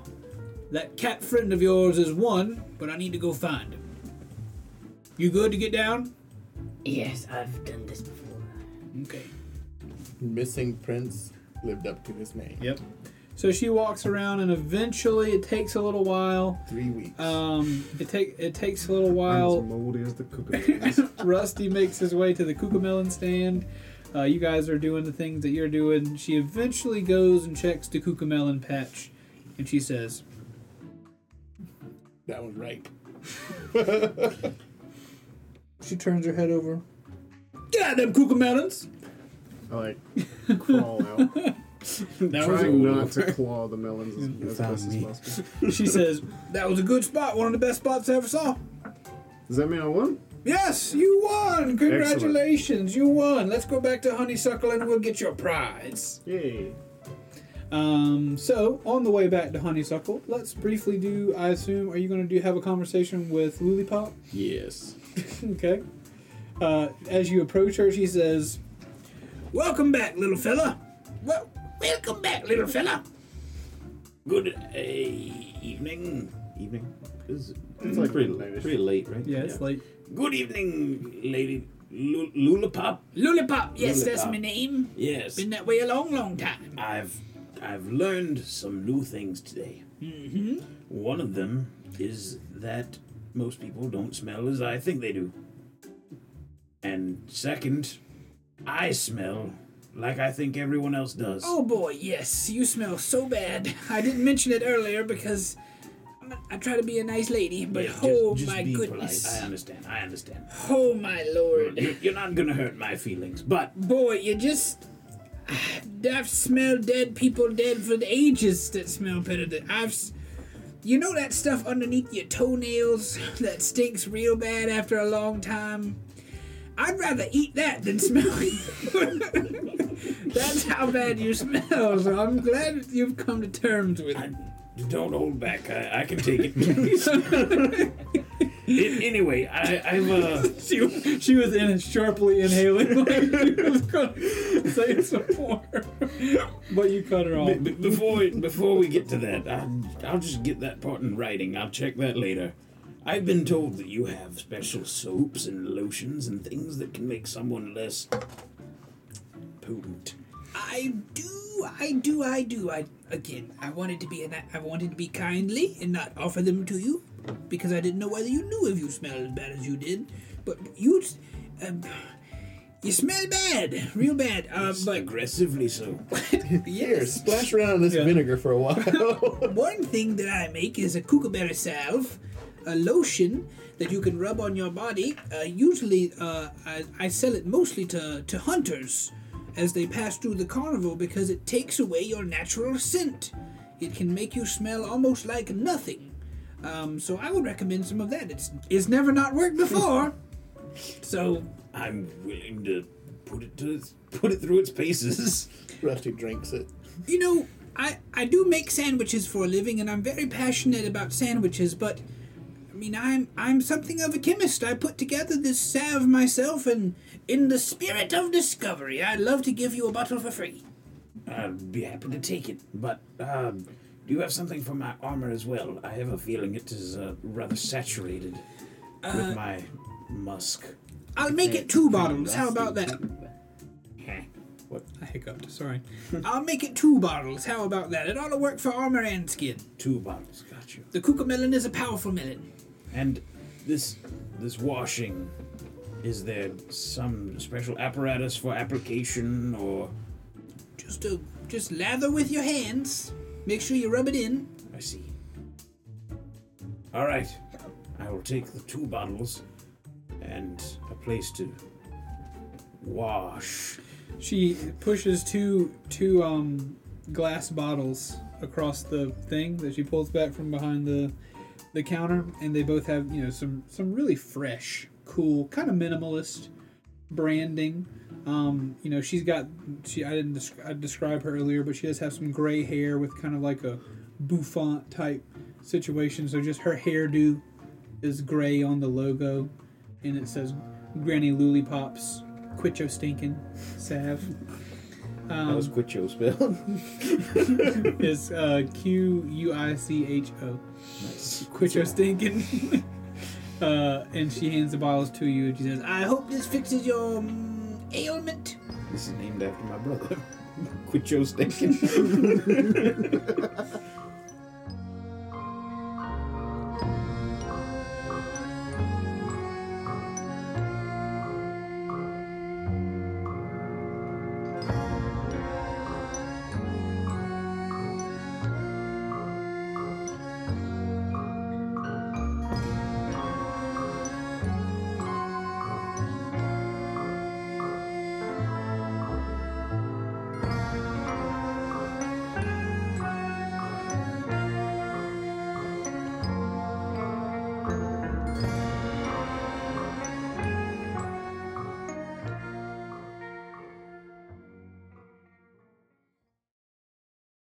S2: that cat friend of yours is one, but I need to go find him. You good to get down?
S8: (laughs) yes, I've done this before.
S2: Okay.
S12: Missing prince lived up to his name.
S2: Yep. So she walks around, and eventually it takes a little while.
S12: Three weeks.
S2: Um, it take it takes a little
S5: I'm as
S2: while.
S5: moldy as the cucumber.
S2: Rusty makes his way to the Cucamelon stand. Uh, you guys are doing the things that you're doing. She eventually goes and checks the Cucamelon patch, and she says,
S12: that was right.
S2: (laughs) she turns her head over. Goddamn Cucamelons!
S5: I like crawl out,
S2: (laughs) That was
S5: trying not to claw
S2: (laughs)
S5: the melons as, as best as possible.
S2: She says, That was a good spot, one of the best spots I ever saw.
S5: Does that mean I won?
S2: Yes, you won! Congratulations, you won. Let's go back to Honeysuckle and we'll get your prize.
S5: Yay!
S2: Um, so on the way back to Honeysuckle, let's briefly do. I assume, are you going to do have a conversation with Lulipop?
S7: Yes.
S2: (laughs) Okay. Uh, as you approach her, she says,
S4: Welcome back, little fella. Well, welcome back, little fella.
S10: Good uh, evening.
S7: Evening. It's,
S5: It's like pretty late.
S7: pretty late, right?
S2: "Yes, like
S10: Good evening, lady Lu- Lulipop.
S6: Lulipop, yes, that's
S10: Lulipop.
S6: my name.
S10: Yes.
S6: Been that way a long, long time.
S10: I've I've learned some new things today. Mm-hmm. One of them is that most people don't smell as I think they do. And second, I smell like I think everyone else does.
S6: Oh boy, yes, you smell so bad. I didn't mention it earlier because I'm a- I try to be a nice lady, but
S10: Yeah, just-
S6: oh
S10: just
S6: my
S10: be polite.
S6: goodness.
S10: I understand. I understand.
S6: Oh my lord.
S10: You're, you're not gonna hurt my feelings, but
S6: Boy, you just. I've smelled dead people dead for the ages that smell better than. I've. s- You know that stuff underneath your toenails (laughs) that stinks real bad after a long time? I'd rather eat that than smell (laughs) it. That's how bad you smell, so I'm glad you've come to terms with
S10: I, don't hold back. I, I can take it. (laughs) It- anyway, I, I've
S6: (laughs)
S10: uh,
S2: she, she was in sharply inhaling (laughs) like she was going to say some more, but you cut her off.
S10: B- before we, before we get to that, I, I'll just get that part in writing. I'll check that later. I've been told that you have special soaps and lotions and things that can make someone less potent.
S6: I do, I do, I do. I again, I wanted to be an, I wanted to be kindly and not offer them to you because I didn't know whether you knew if you smelled as bad as you did. But you, um, you smell bad, real bad. Uh, but (laughs)
S10: Aggressively so.
S12: Here, splash around in this vinegar for a while. (laughs)
S6: one thing that I make is a cucumber salve, a lotion that you can rub on your body. Uh, usually, uh, I, I sell it mostly to, to hunters. as they pass through the carnival because it takes away your natural scent. It can make you smell almost like nothing. Um, so I would recommend some of that. It's it's never not worked before. so
S10: I'm willing to put it to its, put it through its paces.
S12: Rusty drinks it.
S6: you know, I, I do make sandwiches for a living, and I'm very passionate about sandwiches. But I mean, I'm I'm something of a chemist. I put together this salve myself, and in the spirit of discovery, I'd love to give you a bottle for free.
S10: I'd be happy to take it, but um, do you have something for my armor as well? I have a feeling it is uh, rather saturated
S6: Uh,
S10: with my musk.
S6: I'll make it two bottles. How about that?
S10: What?
S2: (laughs) I hiccuped. Sorry.
S6: (laughs) I'll make it two bottles. How about that? It ought to work for armor and skin.
S10: Two bottles, got you.
S6: The cucamelon is a powerful melon.
S10: And this this washing, is there some special apparatus for application or?
S6: Just to just lather with your hands. Make sure you rub it in.
S10: I see. All right, I will take the two bottles and a place to wash.
S2: She pushes two two um glass bottles across the thing that she pulls back from behind the the counter, and they both have you know some some really fresh, cool, kind of minimalist branding. Um, you know, she's got she I didn't desc- I describe her earlier, but she does have some gray hair with kind of like a bouffant type situation. So just her hairdo is gray on the logo, and it says Granny Lollipops Quit Your Stinkin' Sav.
S7: That was
S2: Um,
S7: Quicho spelled.
S2: is uh, Q U I C H O.
S7: nice.
S2: Quit your stinking. (laughs) uh, and she hands the bottles to you and she says,
S6: I hope this fixes your um, ailment.
S7: (laughs) This (laughs) is named after my brother. Quicho Stinkin'.